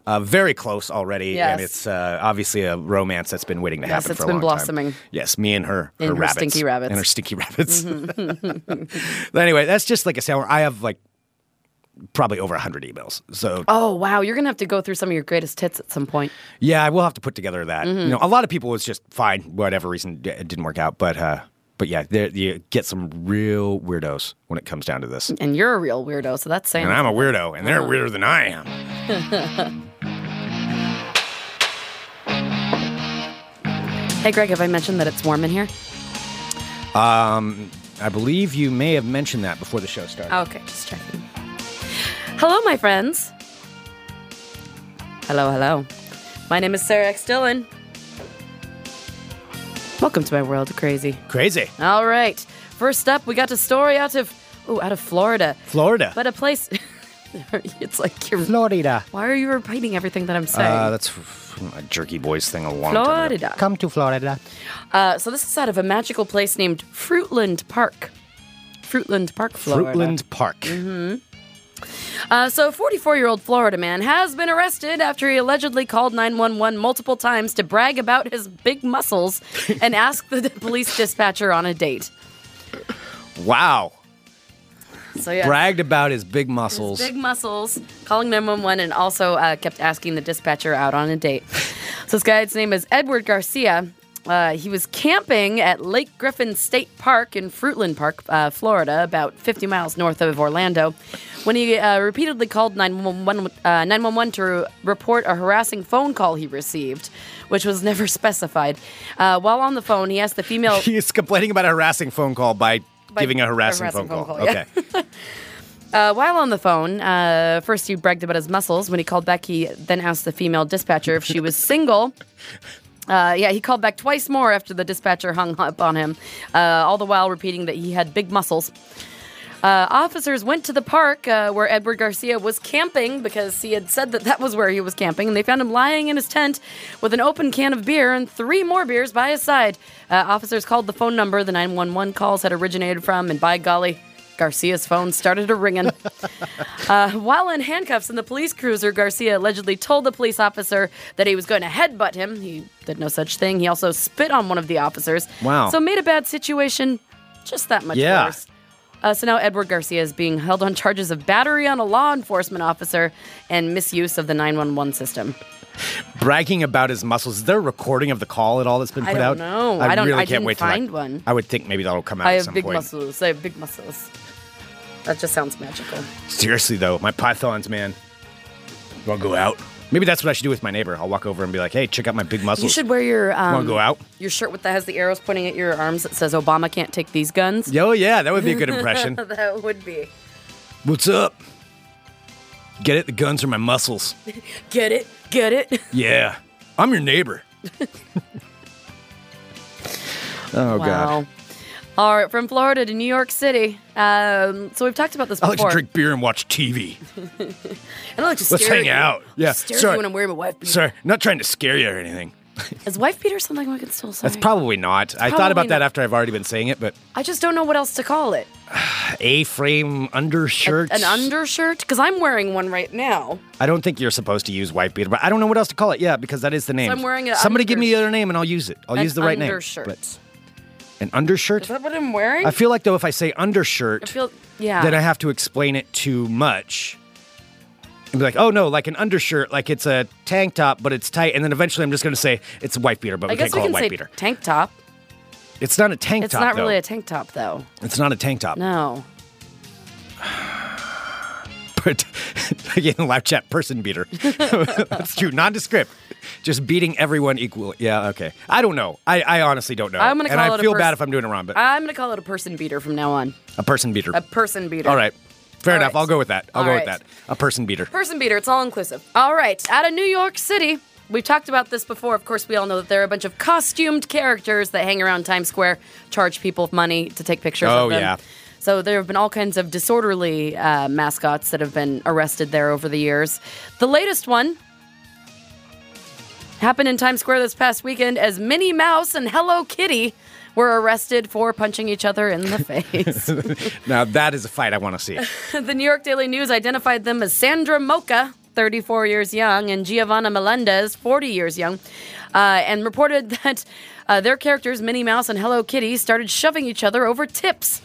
S1: uh, very close already, and
S2: Yes.
S1: it's uh, obviously a romance that's been waiting to happen.
S2: it's
S1: for a
S2: been
S1: long time.
S2: blossoming.
S1: Yes, me and her,
S2: And
S1: her,
S2: her
S1: rabbits,
S2: stinky rabbits. Mm-hmm.
S1: and her stinky rabbits. But anyway, that's just like a sour. I have like probably over hundred emails, so
S2: Oh wow, you're gonna have to go through some of your greatest hits at some point.
S1: Yeah, I will have to put together that.
S2: Mm-hmm.
S1: You know, a lot of people was just fine, whatever reason d- it didn't work out. But uh, but yeah, there, you get some real weirdos when it comes down to this.
S2: And you're a real weirdo, so that's saying.
S1: And I'm a weirdo, and they're
S2: Uh-huh.
S1: weirder than I am.
S2: hey, Greg, have I mentioned that it's warm in here?
S1: I believe you may have mentioned that before the show started.
S2: Oh, Okay, just checking. Hello, my friends. Hello, hello. My name is Sarah X. Dillon. Welcome to my world of crazy.
S1: Crazy.
S2: All right. First up, we got a story out of ooh, out of Florida,
S1: Florida.
S2: but a place. it's like you're.
S1: Florida.
S2: Why are you repeating everything that I'm saying?
S1: Uh, that's from a jerky boys thing a long time ago.
S2: Florida.
S1: Come to Florida.
S2: Uh, so this is out of a magical place named Fruitland Park. Fruitland Park, Florida. Mm-hmm.
S1: Fruitland Park.
S2: Uh, so, a 44 year old Florida man has been arrested after he allegedly called 911 multiple times to brag about his big muscles and ask the police dispatcher on a date.
S1: Wow.
S2: So, yeah.
S1: Bragged about his big muscles.
S2: Big muscles, calling 911, and also uh, kept asking the dispatcher out on a date. so, this guy's name is Edward Garcia. Uh, he was camping at Lake Griffin State Park in Fruitland Park, uh, Florida, about 50 miles north of Orlando, when he uh, repeatedly called 911, uh, 911 to report a harassing phone call he received, which was never specified. Uh, while on the phone, he asked the female.
S1: He is complaining about a harassing phone call by,
S2: By
S1: giving a harassing,
S2: harassing
S1: phone,
S2: phone
S1: call.
S2: call, yeah.
S1: Okay.
S2: Uh, while on the phone, uh, first he bragged about his muscles. When he called back, he then asked the female dispatcher if she was single. Uh, yeah, he called back twice more after the dispatcher hung up on him, uh, all the while repeating that he had big muscles. Uh, officers went to the park uh, where Edward Garcia was camping because he had said that that was where he was camping, and they found him lying in his tent with an open can of beer and three more beers by his side. Uh, officers called the phone number the 911 calls had originated from, and by golly, Garcia's phone started a ringing. uh, while in handcuffs in the police cruiser, Garcia allegedly told the police officer that he was going to headbutt him. He did no such thing. He also spit on one of the officers.
S1: Wow.
S2: So made a bad situation just that much
S1: Yeah.
S2: worse. Uh, so now Edward Garcia is being held on charges of battery on a law enforcement officer and misuse of the 911 system.
S1: Bragging about his muscles. Is there a recording of the call at all that's been
S2: I
S1: put
S2: don't
S1: out?
S2: know. I don't-
S1: really
S2: I
S1: can't
S2: didn't
S1: wait till
S2: find
S1: I,
S2: one.
S1: I would think maybe that'll come out
S2: I
S1: at
S2: have
S1: some
S2: big
S1: point.
S2: muscles. I have big muscles. That just sounds magical.
S1: Seriously though, my pythons, man. Wanna go out? Maybe that's what I should do with my neighbor. I'll walk over and be like, "Hey, check out my big muscles."
S2: You should wear your um,
S1: Wanna go out?
S2: your shirt with that has the arrows pointing at your arms that says Obama can't take these guns.
S1: Yo, yeah, that would be a good impression.
S2: That would be.
S1: What's up? Get it? The guns are my muscles.
S2: Get it? Get it?
S1: Yeah, I'm your neighbor. oh god,
S2: All right, from Florida to New York City. Um, so we've talked about this
S1: I
S2: before.
S1: like to drink beer and watch TV.
S2: And I like to
S1: Let's
S2: stare
S1: hang
S2: at you.
S1: out. Yeah,
S2: Stare at
S1: sorry.
S2: you when I'm wearing my wife beater.
S1: Sorry, not trying to scare you or anything.
S2: Is wife beater something we can still say?
S1: That's probably not. I thought about
S2: probably
S1: that
S2: not.
S1: after I've already been saying it, but
S2: I just don't know what else to call it.
S1: A-frame undershirt.
S2: An undershirt? Because I'm wearing one right now.
S1: I don't think you're supposed to use white beater, but I don't know what else to call it. Yeah, because that is the name.
S2: I'm wearing a
S1: Somebody give me the
S2: undersh-
S1: other name and I'll use it. I'll
S2: An
S1: use the right
S2: undershirt.
S1: name. But an undershirt.
S2: Is that what I'm wearing?
S1: I feel like though if I say undershirt,
S2: I feel- yeah.
S1: then I have to explain it too much. And be like, oh no, like an undershirt, like it's a tank top, but it's tight. And then eventually I'm just going to say it's a white beater, but
S2: I
S1: we
S2: guess
S1: can't
S2: we
S1: call
S2: can
S1: it white
S2: say
S1: beater.
S2: tank top.
S1: It's not a tank
S2: It's
S1: top.
S2: not really
S1: though.
S2: a tank top though.
S1: It's not a tank top.
S2: No.
S1: But again, live chat person beater. That's true. Nondescript. Just beating everyone equal. Yeah, okay. I don't know. I, I honestly don't know.
S2: I'm gonna
S1: and
S2: call
S1: I
S2: it a
S1: feel
S2: pers-
S1: bad if I'm doing it wrong, but
S2: I'm gonna call it a person beater from now on.
S1: a person beater.
S2: A person beater.
S1: All right. Fair
S2: All
S1: enough.
S2: right.
S1: I'll go with that. I'll
S2: All
S1: go with
S2: right.
S1: that. A person beater.
S2: Person beater, it's all inclusive. All right, out of New York City. We've talked about this before. Of course, we all know that there are a bunch of costumed characters that hang around Times Square, charge people money to take pictures
S1: Oh,
S2: of them.
S1: yeah.
S2: So there have been all kinds of disorderly uh, mascots that have been arrested there over the years. The latest one happened in Times Square this past weekend as Minnie Mouse and Hello Kitty were arrested for punching each other in the face.
S1: now, that is a fight I want to see.
S2: The New York Daily News identified them as Sandra Mocha, 34 years young, and Giovanna Melendez, 40 years young, uh, and reported that uh, their characters, Minnie Mouse and Hello Kitty, started shoving each other over tips.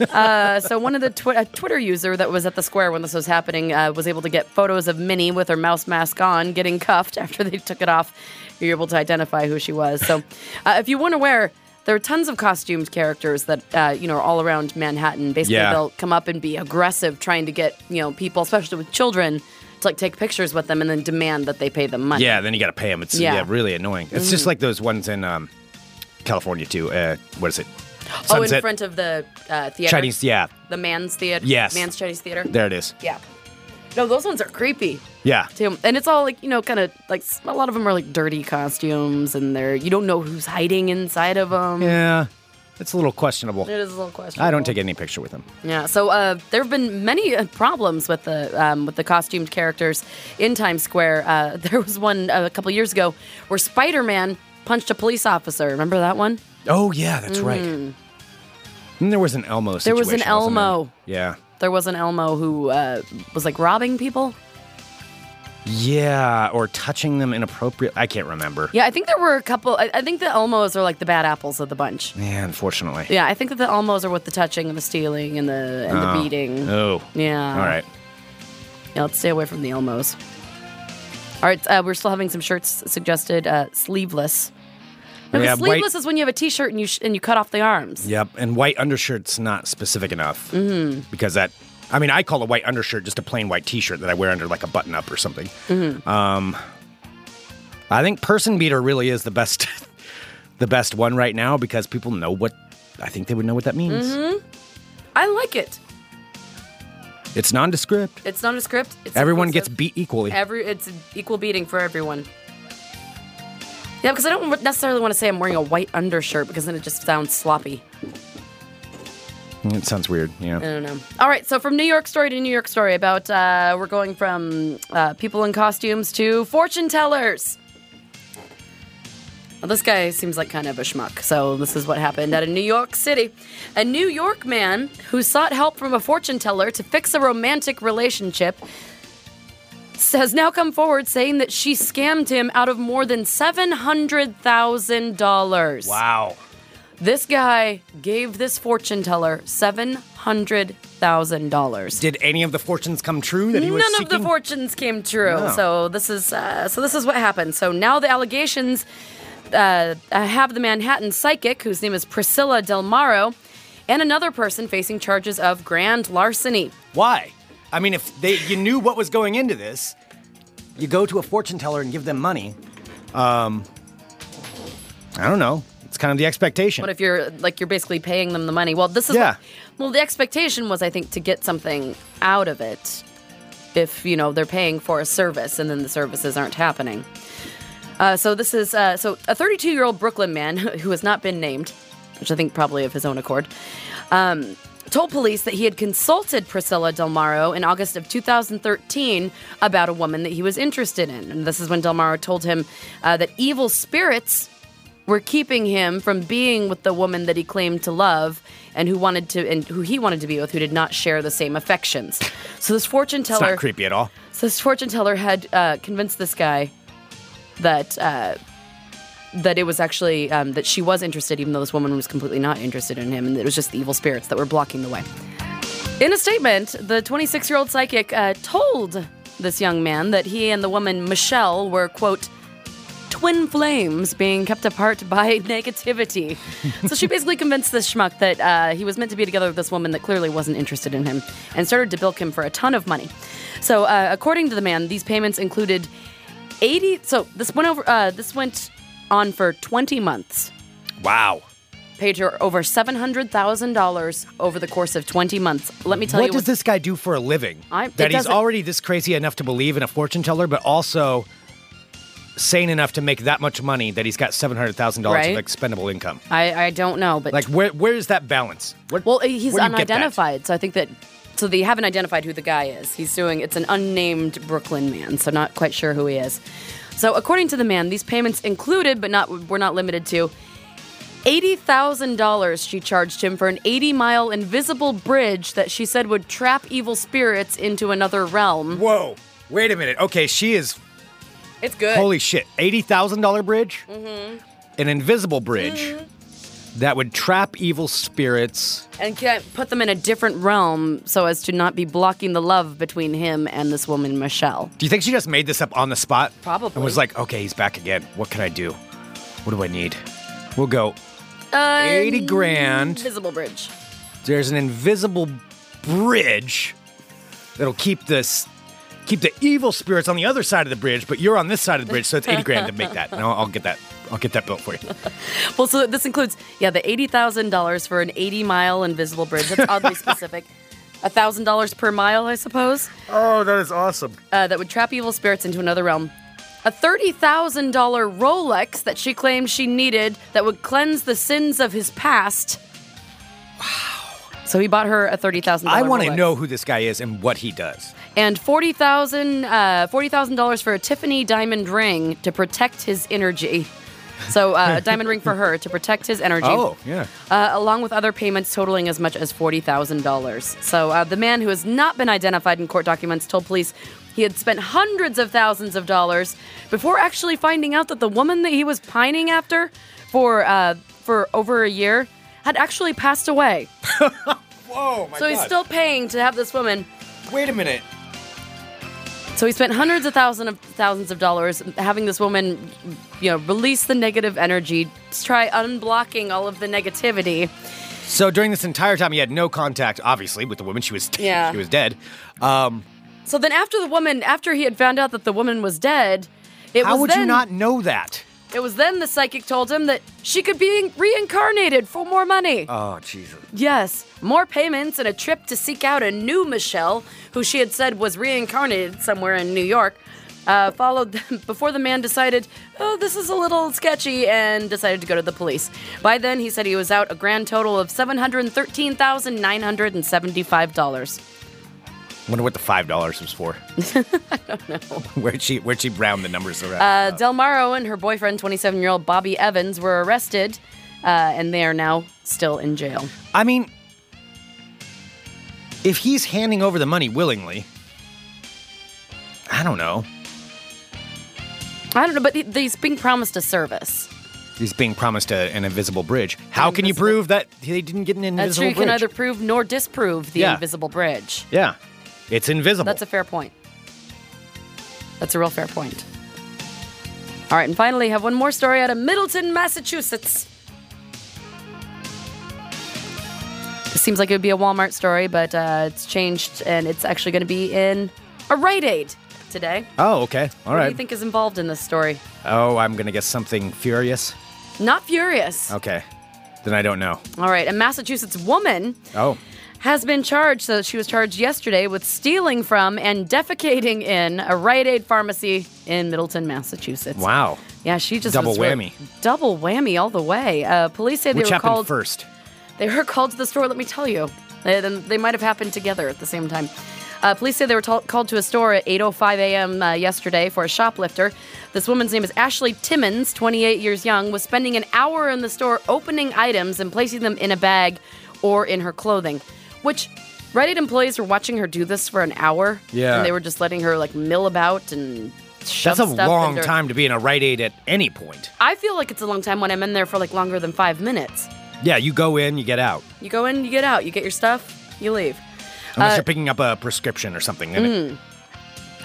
S2: Uh, so one of the twi- a Twitter user that was at the square when this was happening uh, was able to get photos of Minnie with her mouse mask on getting cuffed after they took it off. You're able to identify who she was. So uh, if you weren't aware, there are tons of costumed characters that uh, you know are all around Manhattan. Basically,
S1: Yeah.
S2: they'll come up and be aggressive, trying to get you know people, especially with children, to like take pictures with them and then demand that they pay them money.
S1: Yeah, then you got to pay them. It's yeah.
S2: Yeah. Mm-hmm.
S1: really annoying. It's just like those ones in um, California, too. Uh, what is it?
S2: Oh, in
S1: Sunset.
S2: front of the uh, theater.
S1: Chinese, yeah,
S2: The man's theater.
S1: Yes.
S2: Man's Chinese theater.
S1: there it is.
S2: Yeah. No, those ones are creepy.
S1: Yeah,
S2: too. And it's all like, you know, kind of like s- a lot of them are like dirty costumes and they're, you don't know who's hiding inside of them.
S1: yeah, it's a little questionable.
S2: It is a little question.
S1: I don't take any picture with him.
S2: Yeah. So uh, there have been many uh, problems with the um, with the costumed characters in Times Square. Uh, there was one uh, a couple years ago where Spider Man punched a police officer. Remember that one?
S1: Oh yeah, that's right. And there was an Elmo.
S2: Mm. There was an
S1: situation, wasn't there?
S2: Elmo.
S1: Yeah,
S2: There was an Elmo who uh, was like robbing people.
S1: yeah, or touching them inappropriate. I can't remember.
S2: Yeah, I think there were a couple. I, I think the Elmos are like the bad apples of the bunch.
S1: Yeah, unfortunately.
S2: Yeah, I think that the Elmos are with the touching and the stealing and the and the beating.
S1: Oh.
S2: Yeah.
S1: All right.
S2: Yeah, let's stay away from the Elmos. All right, uh, we're still having some shirts suggested uh, sleeveless. No, 'cause
S1: Yeah, white-
S2: sleeveless is when you have a T-shirt and you sh- and you cut off the arms.
S1: Yep, and white undershirt's not specific enough mm-hmm. because that. I mean, I call a white undershirt just a plain white T-shirt that I wear under like a button-up or something. Um,
S2: Mm-hmm.
S1: I think person beater really is the best, the best one right now because people know what. I think they would know what that means.
S2: Mm-hmm. I like it.
S1: It's nondescript.
S2: It's not a script. It's
S1: Everyone gets
S2: inclusive.
S1: beat equally.
S2: Every it's an equal beating for everyone. Yeah, because I don't necessarily want to say I'm wearing a white undershirt because then it just sounds sloppy.
S1: it sounds weird. Yeah.
S2: I don't know. All right, so from New York story to New York story about uh, we're going from uh, people in costumes to fortune tellers. Well, this guy seems like kind of a schmuck. So this is what happened out of New York City. A New York man who sought help from a fortune teller to fix a romantic relationship has now come forward saying that she scammed him out of more than seven hundred thousand dollars.
S1: Wow.
S2: This guy gave this fortune teller seven hundred thousand dollars.
S1: Did any of the fortunes come true that he was
S2: None of the
S1: seeking?
S2: fortunes came true.
S1: No.
S2: So this is uh, so this is what happened. So now the allegations uh, have the Manhattan psychic, whose name is Priscilla Del Maro, and another person facing charges of grand larceny.
S1: Why? I mean, if they you knew what was going into this, you go to a fortune teller and give them money. Um, I don't know. It's kind of the expectation.
S2: But if you're like you're basically paying them the money, well, this is
S1: Yeah.
S2: what- well, the expectation was I think to get something out of it, if you know they're paying for a service and then the services aren't happening. Uh, so this is uh, so a 32 year old Brooklyn man who has not been named, which I think probably of his own accord. Um, Told police that he had consulted Priscilla Del Maro in August of 2013 about a woman that he was interested in. And this is when Del Maro told him uh, that evil spirits were keeping him from being with the woman that he claimed to love and who wanted to and who he wanted to be with who did not share the same affections so this fortune
S1: it's
S2: teller
S1: not creepy at all.
S2: so this fortune teller had uh, convinced this guy that uh, that it was actually um, that she was interested, even though this woman was completely not interested in him, and it was just the evil spirits that were blocking the way. In a statement, the 26 year old psychic uh, told this young man that he and the woman Michelle were quote. Twin flames being kept apart by negativity. so she basically convinced this schmuck that uh, he was meant to be together with this woman that clearly wasn't interested in him and started to bilk him for a ton of money. So, uh, according to the man, these payments included 80 so this went over uh, this went on for 20 months
S1: Wow.
S2: paid her over $700000 over the course of 20 months let me tell
S1: What
S2: you
S1: does this guy do for a living?
S2: I- it
S1: that he's
S2: doesn't-
S1: already this crazy enough to believe in a fortune teller, but also sane enough to make that much money that he's got seven hundred thousand dollars
S2: Right.
S1: of expendable income.
S2: I, I don't know but
S1: Like, where where is that balance? What,
S2: well he's
S1: where do you get that?
S2: unidentified so i think that so they haven't identified who the guy is he's doing it's an unnamed brooklyn man so not quite sure who he is so according to the man these payments included but not were not limited to $80,000 she charged him for an 80 mile invisible bridge that she said would trap evil spirits into another realm.
S1: Whoa. Wait a minute. Okay, she is
S2: It's good.
S1: Holy shit! Eighty thousand dollar bridge, mm-hmm. an invisible bridge that would trap evil spirits.
S2: and can put them in a different realm so as to not be blocking the love between him and this woman Michelle.
S1: Do you think she just made this up on the spot?
S2: Probably.
S1: And was like, "Okay, he's back again. What can I do? What do I need? We'll go.
S2: Uh,
S1: 80 grand.
S2: Invisible bridge.
S1: There's an invisible bridge that'll keep this." Keep the evil spirits on the other side of the bridge, but you're on this side of the bridge, so it's 80 grand to make that. No, I'll get that I'll get that built for you.
S2: Well, so this includes, yeah, the $80,000 for an 80 mile invisible bridge. That's oddly specific. $1,000 per mile, I suppose,
S1: oh, that is awesome.
S2: uh, that would trap evil spirits into another realm. A $30,000 Rolex that she claimed she needed that would cleanse the sins of his past. Wow. So he bought her a $30,000
S1: I want to
S2: Rolex.
S1: know who this guy is and what he does.
S2: And $40,000 uh, $40,000 for a Tiffany diamond ring to protect his energy. So uh, a diamond ring for her to protect his energy.
S1: Oh, yeah.
S2: uh, along with other payments totaling as much as $40,000. So uh, the man who has not been identified in court documents told police he had spent hundreds of thousands of dollars before actually finding out that the woman that he was pining after for uh, for over a year had actually passed away.
S1: Whoa, Oh my
S2: so he's still paying to have this woman.
S1: Wait a minute.
S2: So he spent hundreds of thousands of thousands of dollars having this woman, you know, release the negative energy, try unblocking all of the negativity.
S1: So during this entire time, he had no contact, obviously, with the woman. She was
S2: Yeah.
S1: she was dead. Um,
S2: So then, after the woman, after he had found out that the woman was dead, it
S1: how
S2: was
S1: would
S2: then,
S1: you not know that?
S2: It was then the psychic told him that she could be reincarnated for more money.
S1: Oh Jesus!
S2: yes, more payments and a trip to seek out a new Michelle, who she had said was reincarnated somewhere in New York. Uh, followed them before the man decided, oh, this is a little sketchy, and decided to go to the police. By then, he said he was out a grand total of seven hundred thirteen thousand nine hundred and seventy-five dollars.
S1: Wonder what the five dollars was for. I don't know. Where'd she Where'd she round the numbers around?
S2: Uh, Delmaro and her boyfriend, 27 year old Bobby Evans, were arrested uh, and they are now still in jail.
S1: I mean, if he's handing over the money willingly, I don't know.
S2: I don't know, but he, he's being promised a service.
S1: He's being promised a, an invisible bridge. How can you
S2: Invisible-
S1: prove that they didn't get an invisible
S2: That's true. uh, You
S1: bridge?
S2: can either prove nor disprove the
S1: Yeah.
S2: invisible bridge.
S1: yeah, it's invisible.
S2: That's a fair point. That's a real fair point. All right, and finally, have one more story out of Middleton, Massachusetts. It seems like it would be a Walmart story, but uh, it's changed, and it's actually going to be in a Rite Aid today.
S1: oh, okay. All
S2: What
S1: right.
S2: do you think is involved in this story?
S1: Oh, I'm gonna guess something furious.
S2: Not furious.
S1: Okay, then I don't know.
S2: All right, a Massachusetts woman
S1: Oh,
S2: has been charged, so she was charged yesterday with stealing from and defecating in a Rite Aid pharmacy in Middleton, Massachusetts.
S1: wow.
S2: Yeah, she just
S1: Double
S2: was really-
S1: whammy.
S2: double whammy all the way. Uh, police say they
S1: Which
S2: were
S1: happened
S2: called.
S1: first?
S2: They were called to the store. Let me tell you, they, then they might have happened together at the same time. Uh, police say they were tol- called to a store at 8:05 a.m. Uh, yesterday for a shoplifter. This woman's name is Ashley Timmons, 28 years young, was spending an hour in the store opening items and placing them in a bag or in her clothing, which Rite Aid employees were watching her do this for an hour.
S1: Yeah.
S2: and they were just letting her like mill about and. shove
S1: That's a
S2: stuff
S1: long
S2: into her-
S1: time to be in a Rite Aid at any point.
S2: I feel like it's a long time when I'm in there for like longer than five minutes.
S1: Yeah, you go in, you get out,
S2: You go in, you get out, you get your stuff, you leave.
S1: unless
S2: Uh, hmm.
S1: you're picking up a prescription or something. then it-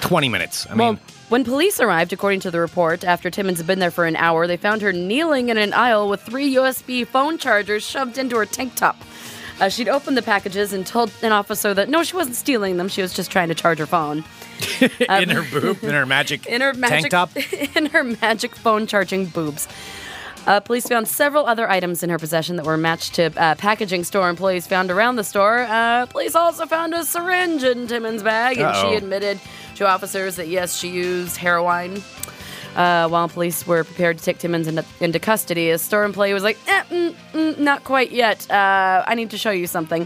S1: Twenty minutes. I mean,
S2: Well, when police arrived, according to the report, after Timmons had been there for an hour, they found her kneeling in an aisle with three USB phone chargers shoved into her tank top. Uh, she'd opened the packages and told an officer that no, she wasn't stealing them; she was just trying to charge her phone.
S1: in her boob, in her magic,
S2: in her um,
S1: tank
S2: magic
S1: top.
S2: in her magic phone charging boobs. Uh, police found several other items in her possession that were matched to uh, packaging store employees found around the store. Uh, police also found a syringe in Timmons' bag, and
S1: Uh-oh.
S2: she admitted to officers that yes, she used heroin. Uh, while police were prepared to take Timmons into, into custody, a store employee was like, eh, mm, mm, "Not quite yet. Uh, I need to show you something."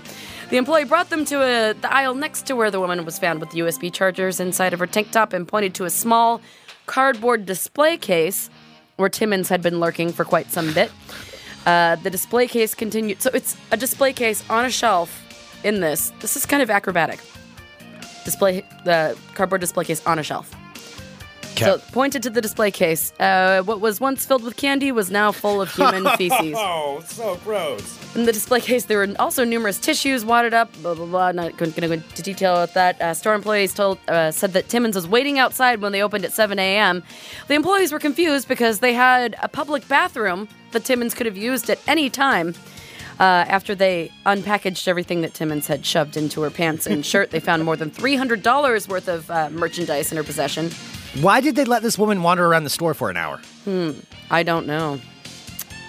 S2: The employee brought them to a, the aisle next to where the woman was found with USB chargers inside of her tank top and pointed to a small cardboard display case where Timmons had been lurking for quite some bit. Uh, the display case continued. So it's a display case on a shelf in this. This is kind of acrobatic. Display the cardboard display case on a shelf.
S1: Okay.
S2: So pointed to the display case. Uh, what was once filled with candy was now full of human feces.
S1: oh, so gross.
S2: In the display case, there were also numerous tissues wadded up. Blah blah blah. Not going to go into detail about that. Uh, store employees told uh, said that Timmons was waiting outside when they opened at 7 a.m. The employees were confused because they had a public bathroom that Timmons could have used at any time. Uh, after they unpackaged everything that Timmons had shoved into her pants and shirt, they found more than $300 worth of uh, merchandise in her possession.
S1: Why did they let this woman wander around the store for an hour?
S2: I don't know.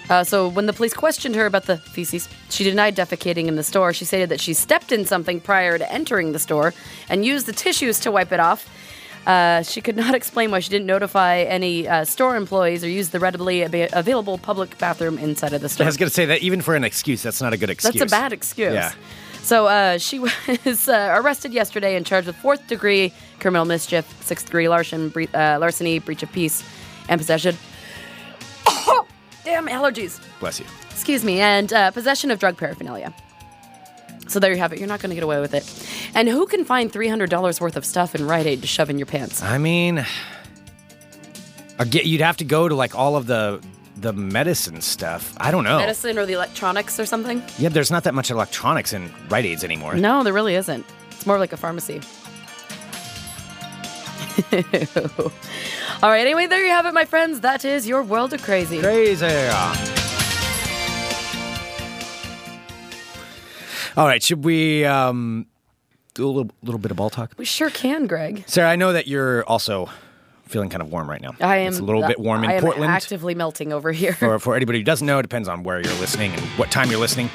S2: Uh, so when the police questioned her about the feces, she denied defecating in the store. She stated that she stepped in something prior to entering the store and used the tissues to wipe it off. Uh, she could not explain why she didn't notify any uh, store employees or use the readily ab- available public bathroom inside of the
S1: I
S2: store.
S1: was going to say that even for an excuse, that's not a good excuse.
S2: That's a bad excuse.
S1: Yeah.
S2: So uh, she was uh, arrested yesterday and charged with fourth degree criminal mischief, sixth degree larcen, bre- uh, larceny, breach of peace, and possession. damn allergies.
S1: Bless you.
S2: Excuse me, and uh, possession of drug paraphernalia. So there you have it. You're not going to get away with it. And who can find $300 worth of stuff in Rite Aid to shove in your pants?
S1: I mean, I get- you'd have to go to like all of the the medicine stuff. I don't know.
S2: Medicine or the electronics or something?
S1: Yeah, there's not that much electronics in Rite Aids anymore.
S2: No, there really isn't. It's more like a pharmacy. All right, anyway, there you have it, my friends. That is your world of crazy.
S1: Crazy. All right, should we um, do a little, little bit of ball talk?
S2: We sure can, Greg.
S1: Sarah, I know that you're also feeling kind of warm right now.
S2: I am
S1: It's a little bit warm in
S2: I am
S1: Portland.
S2: actively melting over here.
S1: for, for anybody who doesn't know, it depends on where you're listening and what time you're listening,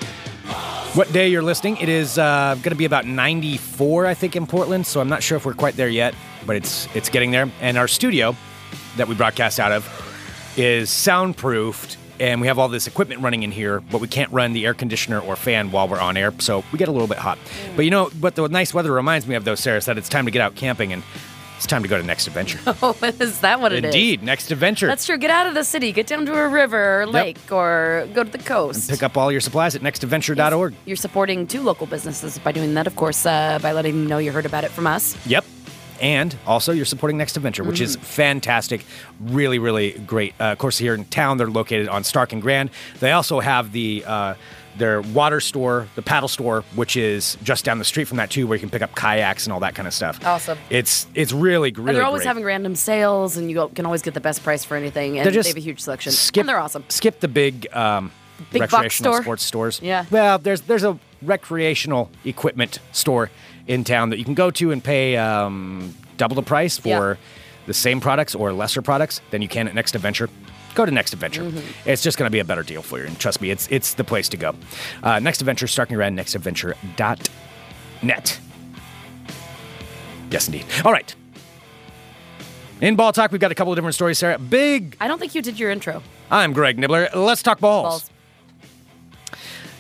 S1: what day you're listening. It is uh, going to be about 94, I think, in Portland. So I'm not sure if we're quite there yet, but it's it's getting there. And our studio that we broadcast out of is soundproofed, and we have all this equipment running in here, but we can't run the air conditioner or fan while we're on air, so we get a little bit hot. But you know, what the nice weather reminds me of, though, Sarah, is that it's time to get out camping and. It's time to go to Next Adventure.
S2: oh, is that what it is?
S1: Indeed, Next Adventure.
S2: That's true. Get out of the city. Get down to a river or lake or go to the coast.
S1: Pick up all your supplies at nextadventure.org.
S2: You're supporting two local businesses by doing that, of course, uh, by letting them know you heard about it from us.
S1: Yep. And also, you're supporting Next Adventure, which
S2: Mm.
S1: is fantastic. Really, really great. Uh, of course, here in town, they're located on Stark and Grand. They also have the uh, their water store, the paddle store, which is just down the street from that too, where you can pick up kayaks and all that kind of stuff.
S2: Awesome.
S1: It's it's really really.
S2: And they're always
S1: great.
S2: having random sales, and you go- can always get the best price for anything. And
S1: They're just
S2: they have a huge selection.
S1: Skip,
S2: and they're awesome.
S1: Skip the big, um,
S2: Big box
S1: recreational
S2: store?
S1: sports stores.
S2: Yeah.
S1: Well, there's there's a recreational equipment store in town that you can go to and pay um, double the price for
S2: Yeah.
S1: the same products or lesser products than you can at Next Adventure. Go to Next Adventure.
S2: Mm-hmm.
S1: It's just going to be a better deal for you. And trust me, it's it's the place to go. Uh, Next Adventure, starting around nextadventure.net. Yes, indeed. All right. In ball talk, we've got a couple of different stories, Sarah. Big
S2: I don't think you did your intro.
S1: I'm Greg Nibbler. Let's talk balls.
S2: Balls.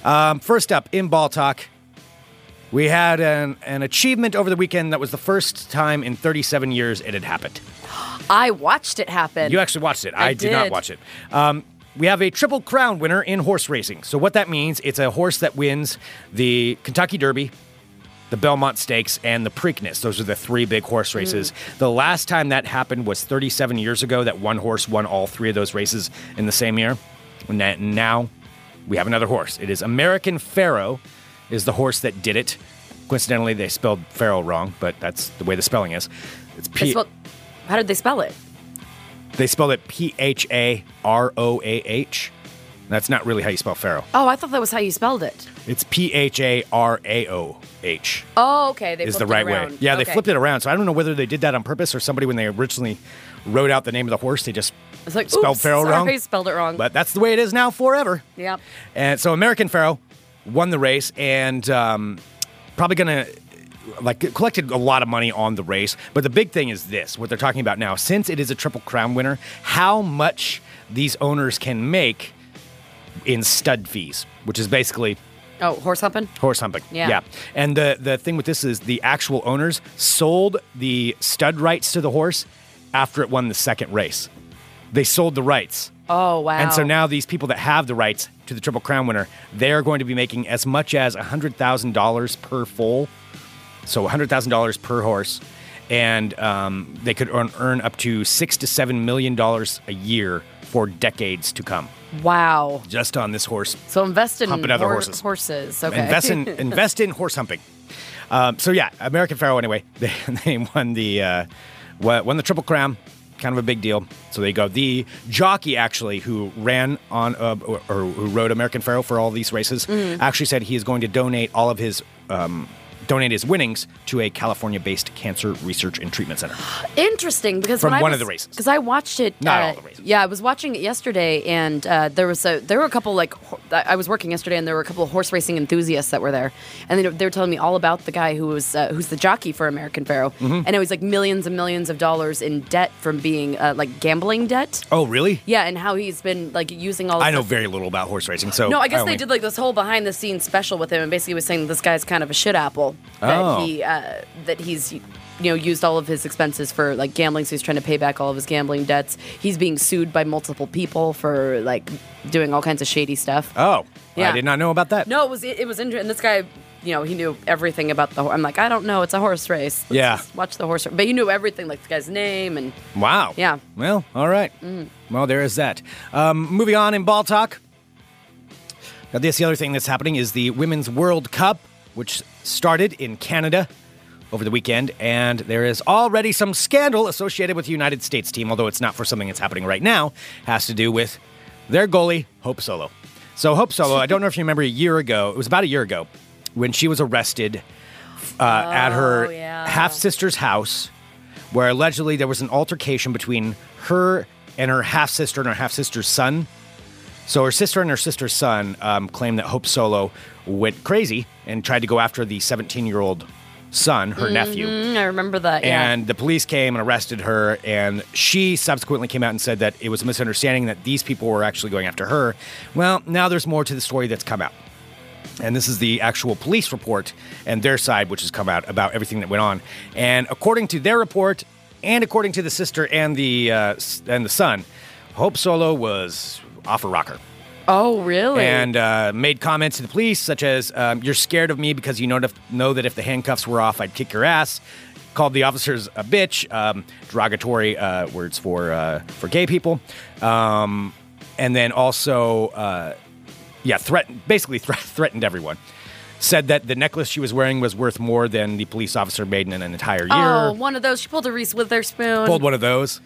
S1: Um, first up in ball talk, we had an, an achievement over the weekend that was the first time in 37 years it had happened.
S2: I watched it happen.
S1: You actually watched it. I,
S2: I
S1: did. not
S2: did.
S1: watch it. Um, we have a triple crown winner in horse racing. So what that means, it's a horse that wins the Kentucky Derby, the Belmont Stakes, and the Preakness. Those are the three big horse races. The last time that happened was 37 years ago. That one horse won all three of those races in the same year. And that- now we have another horse. It is American Pharaoh, is the horse that did it. Coincidentally, they spelled Pharaoh wrong, but that's the way the spelling is. It's P.
S2: They spelled- how did they spell it?
S1: They spelled it P H A R O A H. That's not really how you spell Pharaoh.
S2: Oh, I thought that was how you spelled it.
S1: It's P H A R A O H
S2: Oh, okay. They
S1: is the
S2: flipped
S1: right
S2: it
S1: way.
S2: around.
S1: Yeah, they
S2: Okay.
S1: flipped it around. So I don't know whether they did that on purpose or somebody when they originally wrote out the name of the horse, they just
S2: It's like
S1: spelled
S2: oops,
S1: Pharaoh
S2: sorry,
S1: wrong.
S2: Spelled it wrong.
S1: But that's the way it is now forever.
S2: Yep.
S1: And so American Pharaoh won the race and um, probably going to like collected a lot of money on the race. But the big thing is this: what they're talking about now, since it is a triple crown winner, how much these owners can make in stud fees, which is basically
S2: oh, horse humping.
S1: horse humping.
S2: Yeah.
S1: And the the thing with this is the actual owners sold the stud rights to the horse after it won the second race. They sold the rights.
S2: Oh wow.
S1: And so now these people that have the rights to the Triple Crown winner, they're going to be making as much as $100,000 per foal. So $100,000 per horse. And um, they could earn, earn up to six to seven million dollars a year for decades to come,
S2: wow.
S1: just on this horse
S2: So invest in
S1: Humping other
S2: hor-
S1: horses.
S2: Horses. Okay.
S1: Invest in invest in horse humping. Um, so yeah, American Pharaoh. Anyway, they, they won the uh, won won the Triple Crown. Kind of a big deal. So there you go. The jockey actually who ran on uh, or,
S2: Mm-hmm.
S1: or who rode American Pharaoh for all these races actually said he is going to donate all of his um, donate his winnings to a California based cancer research and treatment center.
S2: Interesting because
S1: From
S2: when
S1: one
S2: I
S1: of
S2: was,
S1: the races.
S2: because I watched it.
S1: Not
S2: uh,
S1: all the races.
S2: Yeah, I was watching it yesterday, and uh, there was a there were a couple like ho- I I was working yesterday, and there were a couple of horse racing enthusiasts that were there, and they, they were telling me all about the guy who was uh, who's the jockey for American Pharaoh,
S1: Mm-hmm.
S2: and it was like millions and millions of dollars in debt from being uh, like gambling debt.
S1: Oh, really?
S2: Yeah, and how he's been like using all. This
S1: I know
S2: stuff-
S1: very little about horse racing, so
S2: No, I guess
S1: only-
S2: they did like this whole behind the scenes special with him, and basically was saying that this guy's kind of a shit apple. That
S1: Oh.
S2: he uh, that he's you know used all of his expenses for like gambling, so he's trying to pay back all of his gambling debts. He's being sued by multiple people for like doing all kinds of shady stuff.
S1: Oh, I
S2: Yeah.
S1: did not know about that.
S2: No, it was it, it was interesting. And this guy, you know, he knew everything about the. horse. I'm like, I don't know, it's a horse race. Let's
S1: Yeah.
S2: just watch the horse, ra- but he knew everything, like the guy's name and.
S1: Wow.
S2: Yeah.
S1: Well, all right. Well, there is that. Um, moving on in ball talk. Now, this the other thing that's happening is the Women's World Cup, which started in Canada over the weekend, and there is already some scandal associated with the United States team, although it's not for something that's happening right now. has to do with their goalie, Hope Solo. So, Hope Solo, I don't know if you remember a year ago, it was about a year ago, when she was arrested uh, at her
S2: yeah.
S1: half sister's house, where allegedly there was an altercation between her and her half sister and her half sister's son. So her sister and her sister's son um, claimed that Hope Solo went crazy and tried to go after the 17 year old son, her nephew.
S2: Mm, I remember that. Yeah.
S1: And the police came and arrested her. And she subsequently came out and said that it was a misunderstanding that these people were actually going after her. Well, now there's more to the story that's come out. And this is the actual police report and their side, which has come out about everything that went on. And according to their report, and according to the sister and the uh, s- and the son, Hope Solo was off a rocker
S2: oh, really?
S1: and uh, made comments to the police such as um, "You're scared of me because you know, to- know that if the handcuffs were off, I'd kick your ass." Called the officers a bitch, um, derogatory uh, words for uh, for gay people, um, and then also, uh, yeah, threatened basically thre- threatened everyone. Said that the necklace she was wearing was worth more than the police officer made in an entire year
S2: oh, one of those. She pulled a Reese Witherspoon.
S1: pulled one of those.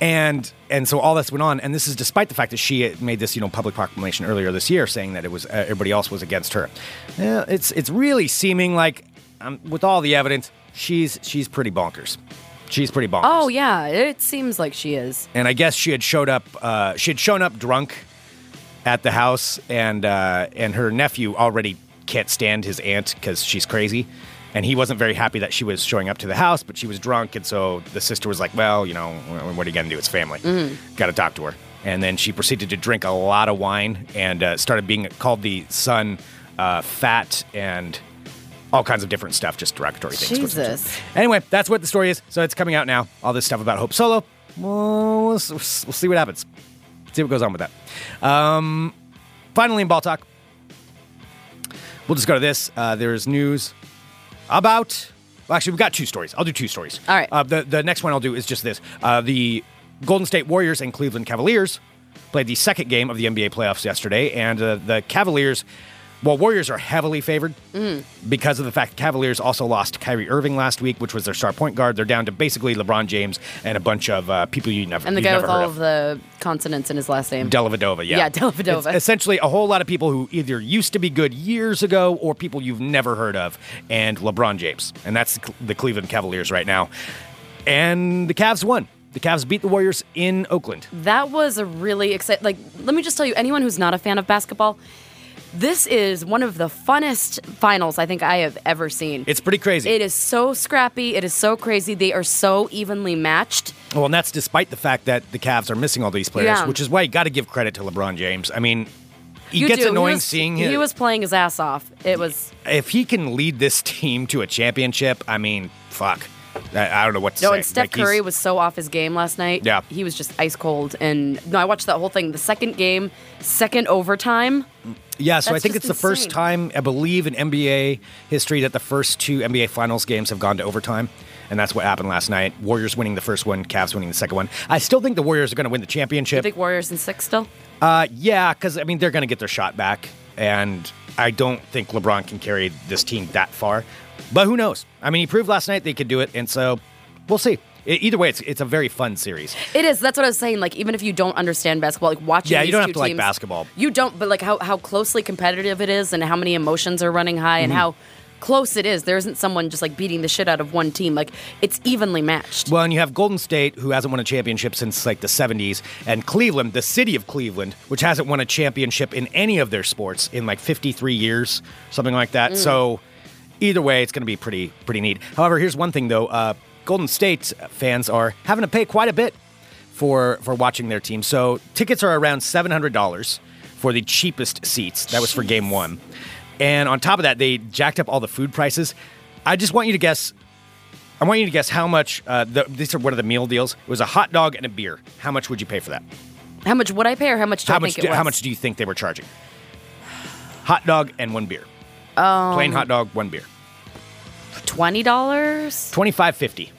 S1: And and so all this went on, and this is despite the fact that she had made this you know public proclamation earlier this year saying that it was uh, everybody else was against her. Yeah, it's it's really seeming like um, with all the evidence, she's she's pretty bonkers. She's pretty bonkers.
S2: Oh yeah, it seems like she is.
S1: and I guess she had showed up. Uh, she had shown up drunk at the house, and uh, and her nephew already can't stand his aunt because she's crazy, and he wasn't very happy that she was showing up to the house, but she was drunk, and so the sister was like, "Well, you know, wh- what are you gonna do? It's family. Got to talk to her." And then she proceeded to drink a lot of wine and uh, started being called the son uh, fat and all kinds of different stuff, just derogatory things. towards her.
S2: Jesus.
S1: Anyway, that's what the story is. So it's coming out now. All this stuff about Hope Solo. Well, we'll, s- we'll see what happens. See what goes on with that. Um, finally, in ball talk, we'll just go to this. Uh, there's news about. Well, actually, we've got two stories. I'll do two stories.
S2: All right.
S1: Uh, the the next one I'll do is just this. Uh, the Golden State Warriors and Cleveland Cavaliers played the second game of the NBA playoffs yesterday, and uh, the Cavaliers. Well, Warriors are heavily favored
S2: Mm.
S1: because of the fact Cavaliers also lost Kyrie Irving last week, which was their star point guard. They're down to basically LeBron James and a bunch of uh, people you never
S2: And the
S1: you've
S2: guy
S1: never
S2: with
S1: heard
S2: all
S1: of.
S2: of the consonants in his last name.
S1: Dellavedova, yeah.
S2: Yeah, Dellavedova.
S1: It's essentially a whole lot of people who either used to be good years ago or people you've never heard of, and LeBron James. And that's the Cle- the Cleveland Cavaliers right now. And the Cavs won. The Cavs beat the Warriors in Oakland.
S2: that was a really exciting. Like, let me just tell you, anyone who's not a fan of basketball, this is one of the funnest finals I think I have ever seen.
S1: It's pretty crazy.
S2: it is so scrappy. It is so crazy. They are so evenly matched.
S1: Well, and that's despite the fact that the Cavs are missing all these players,
S2: Yeah.
S1: which is why you got to give credit to LeBron James. I mean, it
S2: You
S1: gets
S2: do.
S1: annoying
S2: he was,
S1: seeing him.
S2: He was playing his ass off. It was
S1: if he can lead this team to a championship, I mean, fuck. I, I don't know what to
S2: no,
S1: say.
S2: and Steph
S1: Like, he's-
S2: Curry was so off his game last night.
S1: Yeah.
S2: he was just ice cold. And no, I watched that whole thing. The second game, second overtime.
S1: Yeah, so I
S2: That's
S1: think
S2: just
S1: it's the first
S2: insane.
S1: time, I believe, in NBA history that the first two NBA Finals games have gone to overtime. And that's what happened last night. Warriors winning the first one, Cavs winning the second one. I still think the Warriors are going to win the championship.
S2: Big Warriors in six still.
S1: Uh, yeah, because, I mean, they're going to get their shot back. And I don't think LeBron can carry this team that far. But who knows? I mean, he proved last night they could do it. And so we'll see. E- Either way, it's, it's a very fun series.
S2: It is. That's what I was saying. Like, even if you don't understand basketball, like watching.
S1: Yeah, you
S2: these
S1: don't
S2: two
S1: have to like
S2: teams-
S1: basketball. Mm-hmm.
S2: You don't, but like how how closely competitive it is, and how many emotions are running high, and how close it is. There isn't someone just like beating the shit out of one team. Like it's evenly matched.
S1: Well, and you have Golden State, who hasn't won a championship since like the 70s, and Cleveland, the city of Cleveland, which hasn't won a championship in any of their sports in like 53 years, something like that. So either way, it's going to be pretty pretty neat. However, here's one thing though: uh, Golden State fans are having to pay quite a bit for for watching their team. So tickets are around seven hundred dollars for the cheapest seats. That was for game one, and on top of that, they jacked up all the food prices. I just want you to guess. I want you to guess how much. Uh, the, these are one of the meal deals. It was a hot dog and a beer. How much would you pay for that?
S2: how much would I pay, or how much do
S1: how
S2: I
S1: much?
S2: think it
S1: do,
S2: was?
S1: how much do you think they were charging? Hot dog and one beer. Plain hot dog, one beer.
S2: Twenty dollars?
S1: Twenty five fifty.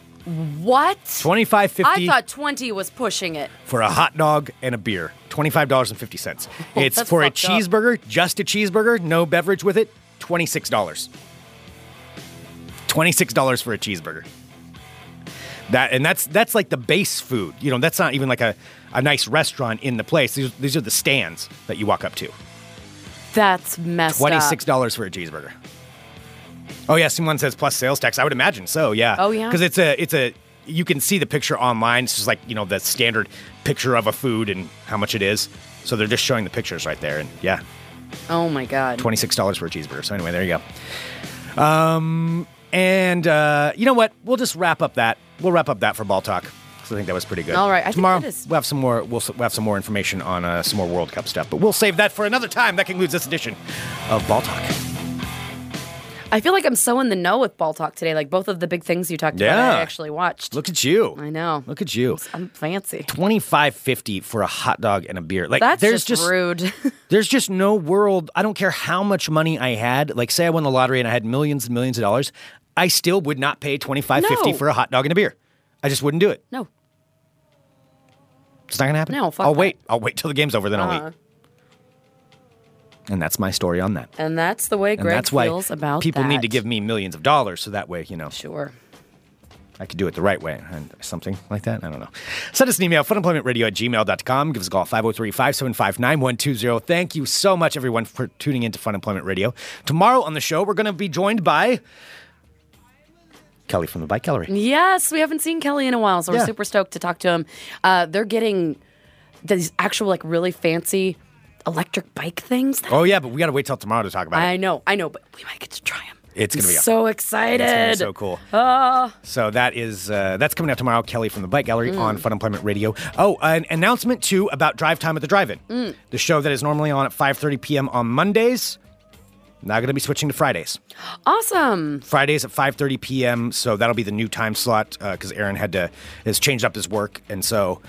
S2: What?
S1: Twenty five
S2: I
S1: fifty
S2: thought twenty was pushing it.
S1: for a hot dog and a beer. Twenty five dollars and fifty cents. It's
S2: that's
S1: for a
S2: fucked up.
S1: cheeseburger, just a cheeseburger, no beverage with it. Twenty six dollars. Twenty six dollars for a cheeseburger. That and that's that's like the base food. You know, that's not even like a, a nice restaurant in the place. These, these are the stands that you walk up to.
S2: That's messed
S1: Twenty
S2: up.
S1: six dollars for a cheeseburger. Oh yeah, someone says plus sales tax. I would imagine so. Yeah.
S2: Oh, yeah?
S1: Because it's a it's a you can see the picture online. It's just like you know the standard picture of a food and how much it is. So they're just showing the pictures right there. And yeah,
S2: Oh my god.
S1: twenty six dollars for a cheeseburger. So anyway, there you go. Um, and uh, you know what? We'll just wrap up that. We'll wrap up that for ball talk. 'cause I think that was pretty good.
S2: All right, I think
S1: Tomorrow
S2: that is-
S1: we'll have some more. We'll, s- we'll have some more information on uh, some more World Cup stuff, but we'll save that for another time. That concludes this edition of Ball Talk.
S2: I feel like I'm so in the know with ball talk today. Like both of the big things you talked about,
S1: Yeah.
S2: I actually watched.
S1: Look at you.
S2: I know.
S1: Look at you.
S2: I'm fancy.
S1: Twenty five fifty for a hot dog and a beer. Like
S2: That's
S1: there's
S2: just,
S1: just,
S2: rude.
S1: there's just no world. I don't care how much money I had. Like say I won the lottery and I had millions and millions of dollars, I still would not pay twenty five fifty
S2: No.
S1: for a hot dog and a beer. I just wouldn't do it.
S2: no.
S1: It's not gonna happen.
S2: No, fuck
S1: I'll
S2: that.
S1: wait. I'll wait till the game's over, then I'll
S2: Uh-huh.
S1: eat. And that's my story on that.
S2: And that's the way
S1: And
S2: Greg
S1: that's why
S2: feels about
S1: people need
S2: that.
S1: to give me millions of dollars so that way, you know,
S2: Sure.
S1: I could do it the right way and something like that. I don't know. Send us an email, funemploymentradio at gmail.com. Give us a call, 503 575 9120. Thank you so much, everyone, for tuning into Fun Employment Radio. Tomorrow on the show, we're going to be joined by Kelly from the Bike Gallery.
S2: Yes, we haven't seen Kelly in a while, so
S1: Yeah.
S2: we're super stoked to talk to him. Uh, they're getting these actual, like, really fancy electric bike things. that-
S1: Oh, yeah, but we got to wait till tomorrow to talk about it.
S2: I know, I know, but we might get to try them.
S1: It's gonna be awesome.
S2: so
S1: It's
S2: excited.
S1: gonna be so cool. so that is uh, that's coming out tomorrow. Kelly from the Bike Gallery on Fun Employment Radio. Oh, an announcement too about Drive Time at the Drive-In, the show that is normally on at 5:30 p.m. on Mondays. Now going to be switching to Fridays.
S2: Awesome.
S1: Fridays at 5:30 p.m. So that'll be the new time slot because Aaron had to has changed up his work, and so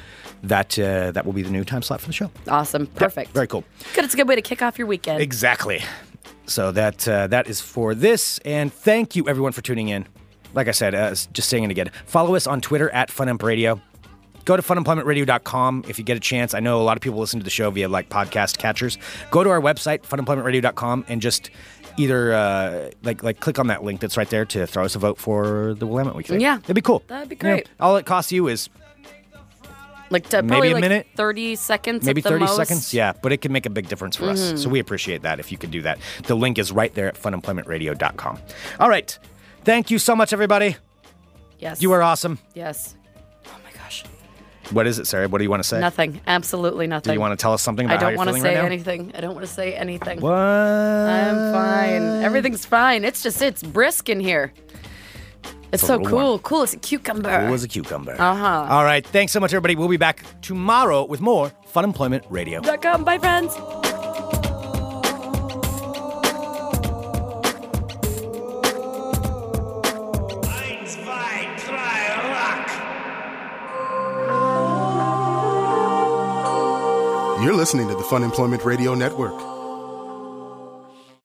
S1: that uh, that will be the new time slot for the show.
S2: Awesome. Perfect.
S1: very cool.
S2: Good. It's a good way to kick off your weekend.
S1: Exactly. So that uh, that is for this, and thank you everyone for tuning in. Like I said, uh, s- just saying it again. Follow us on Twitter at FunEmp Radio. Go to funemploymentradio.com if you get a chance. I know a lot of people listen to the show via like podcast catchers. Go to our website funemploymentradio.com and just either uh, like like click on that link that's right there to throw us a vote for the Willamette Week thing.
S2: Yeah.
S1: that'd be cool.
S2: That'd be
S1: You know,
S2: great.
S1: all it costs you is
S2: Like to
S1: Maybe
S2: probably
S1: a
S2: like
S1: minute?
S2: thirty seconds.
S1: maybe
S2: at the
S1: 30
S2: most. Mm-hmm.
S1: seconds yeah but it can make a big difference for us so we appreciate that if you could do that the link is right there at funemploymentradio.com all right thank you so much everybody
S2: Yes.
S1: you are awesome
S2: Yes. Oh my gosh.
S1: what is it sarah what do you want to say
S2: Nothing. Absolutely nothing.
S1: do you want to tell us something about
S2: I don't
S1: how
S2: want
S1: you're
S2: to
S1: feeling
S2: say
S1: right
S2: anything. I don't want to say anything.
S1: now what
S2: I'm fine. Everything's fine. It's just it's brisk in here. It's,
S1: a
S2: so
S1: little
S2: cool.
S1: warm.
S2: Cool as a cucumber.
S1: Cool as a cucumber uh-huh all right thanks so much everybody we'll be back tomorrow with more fun employment radio
S2: Dot com. Bye, friends.
S3: Eins, zwei, drei, rock!
S4: You're listening to the Fun Employment Radio Network.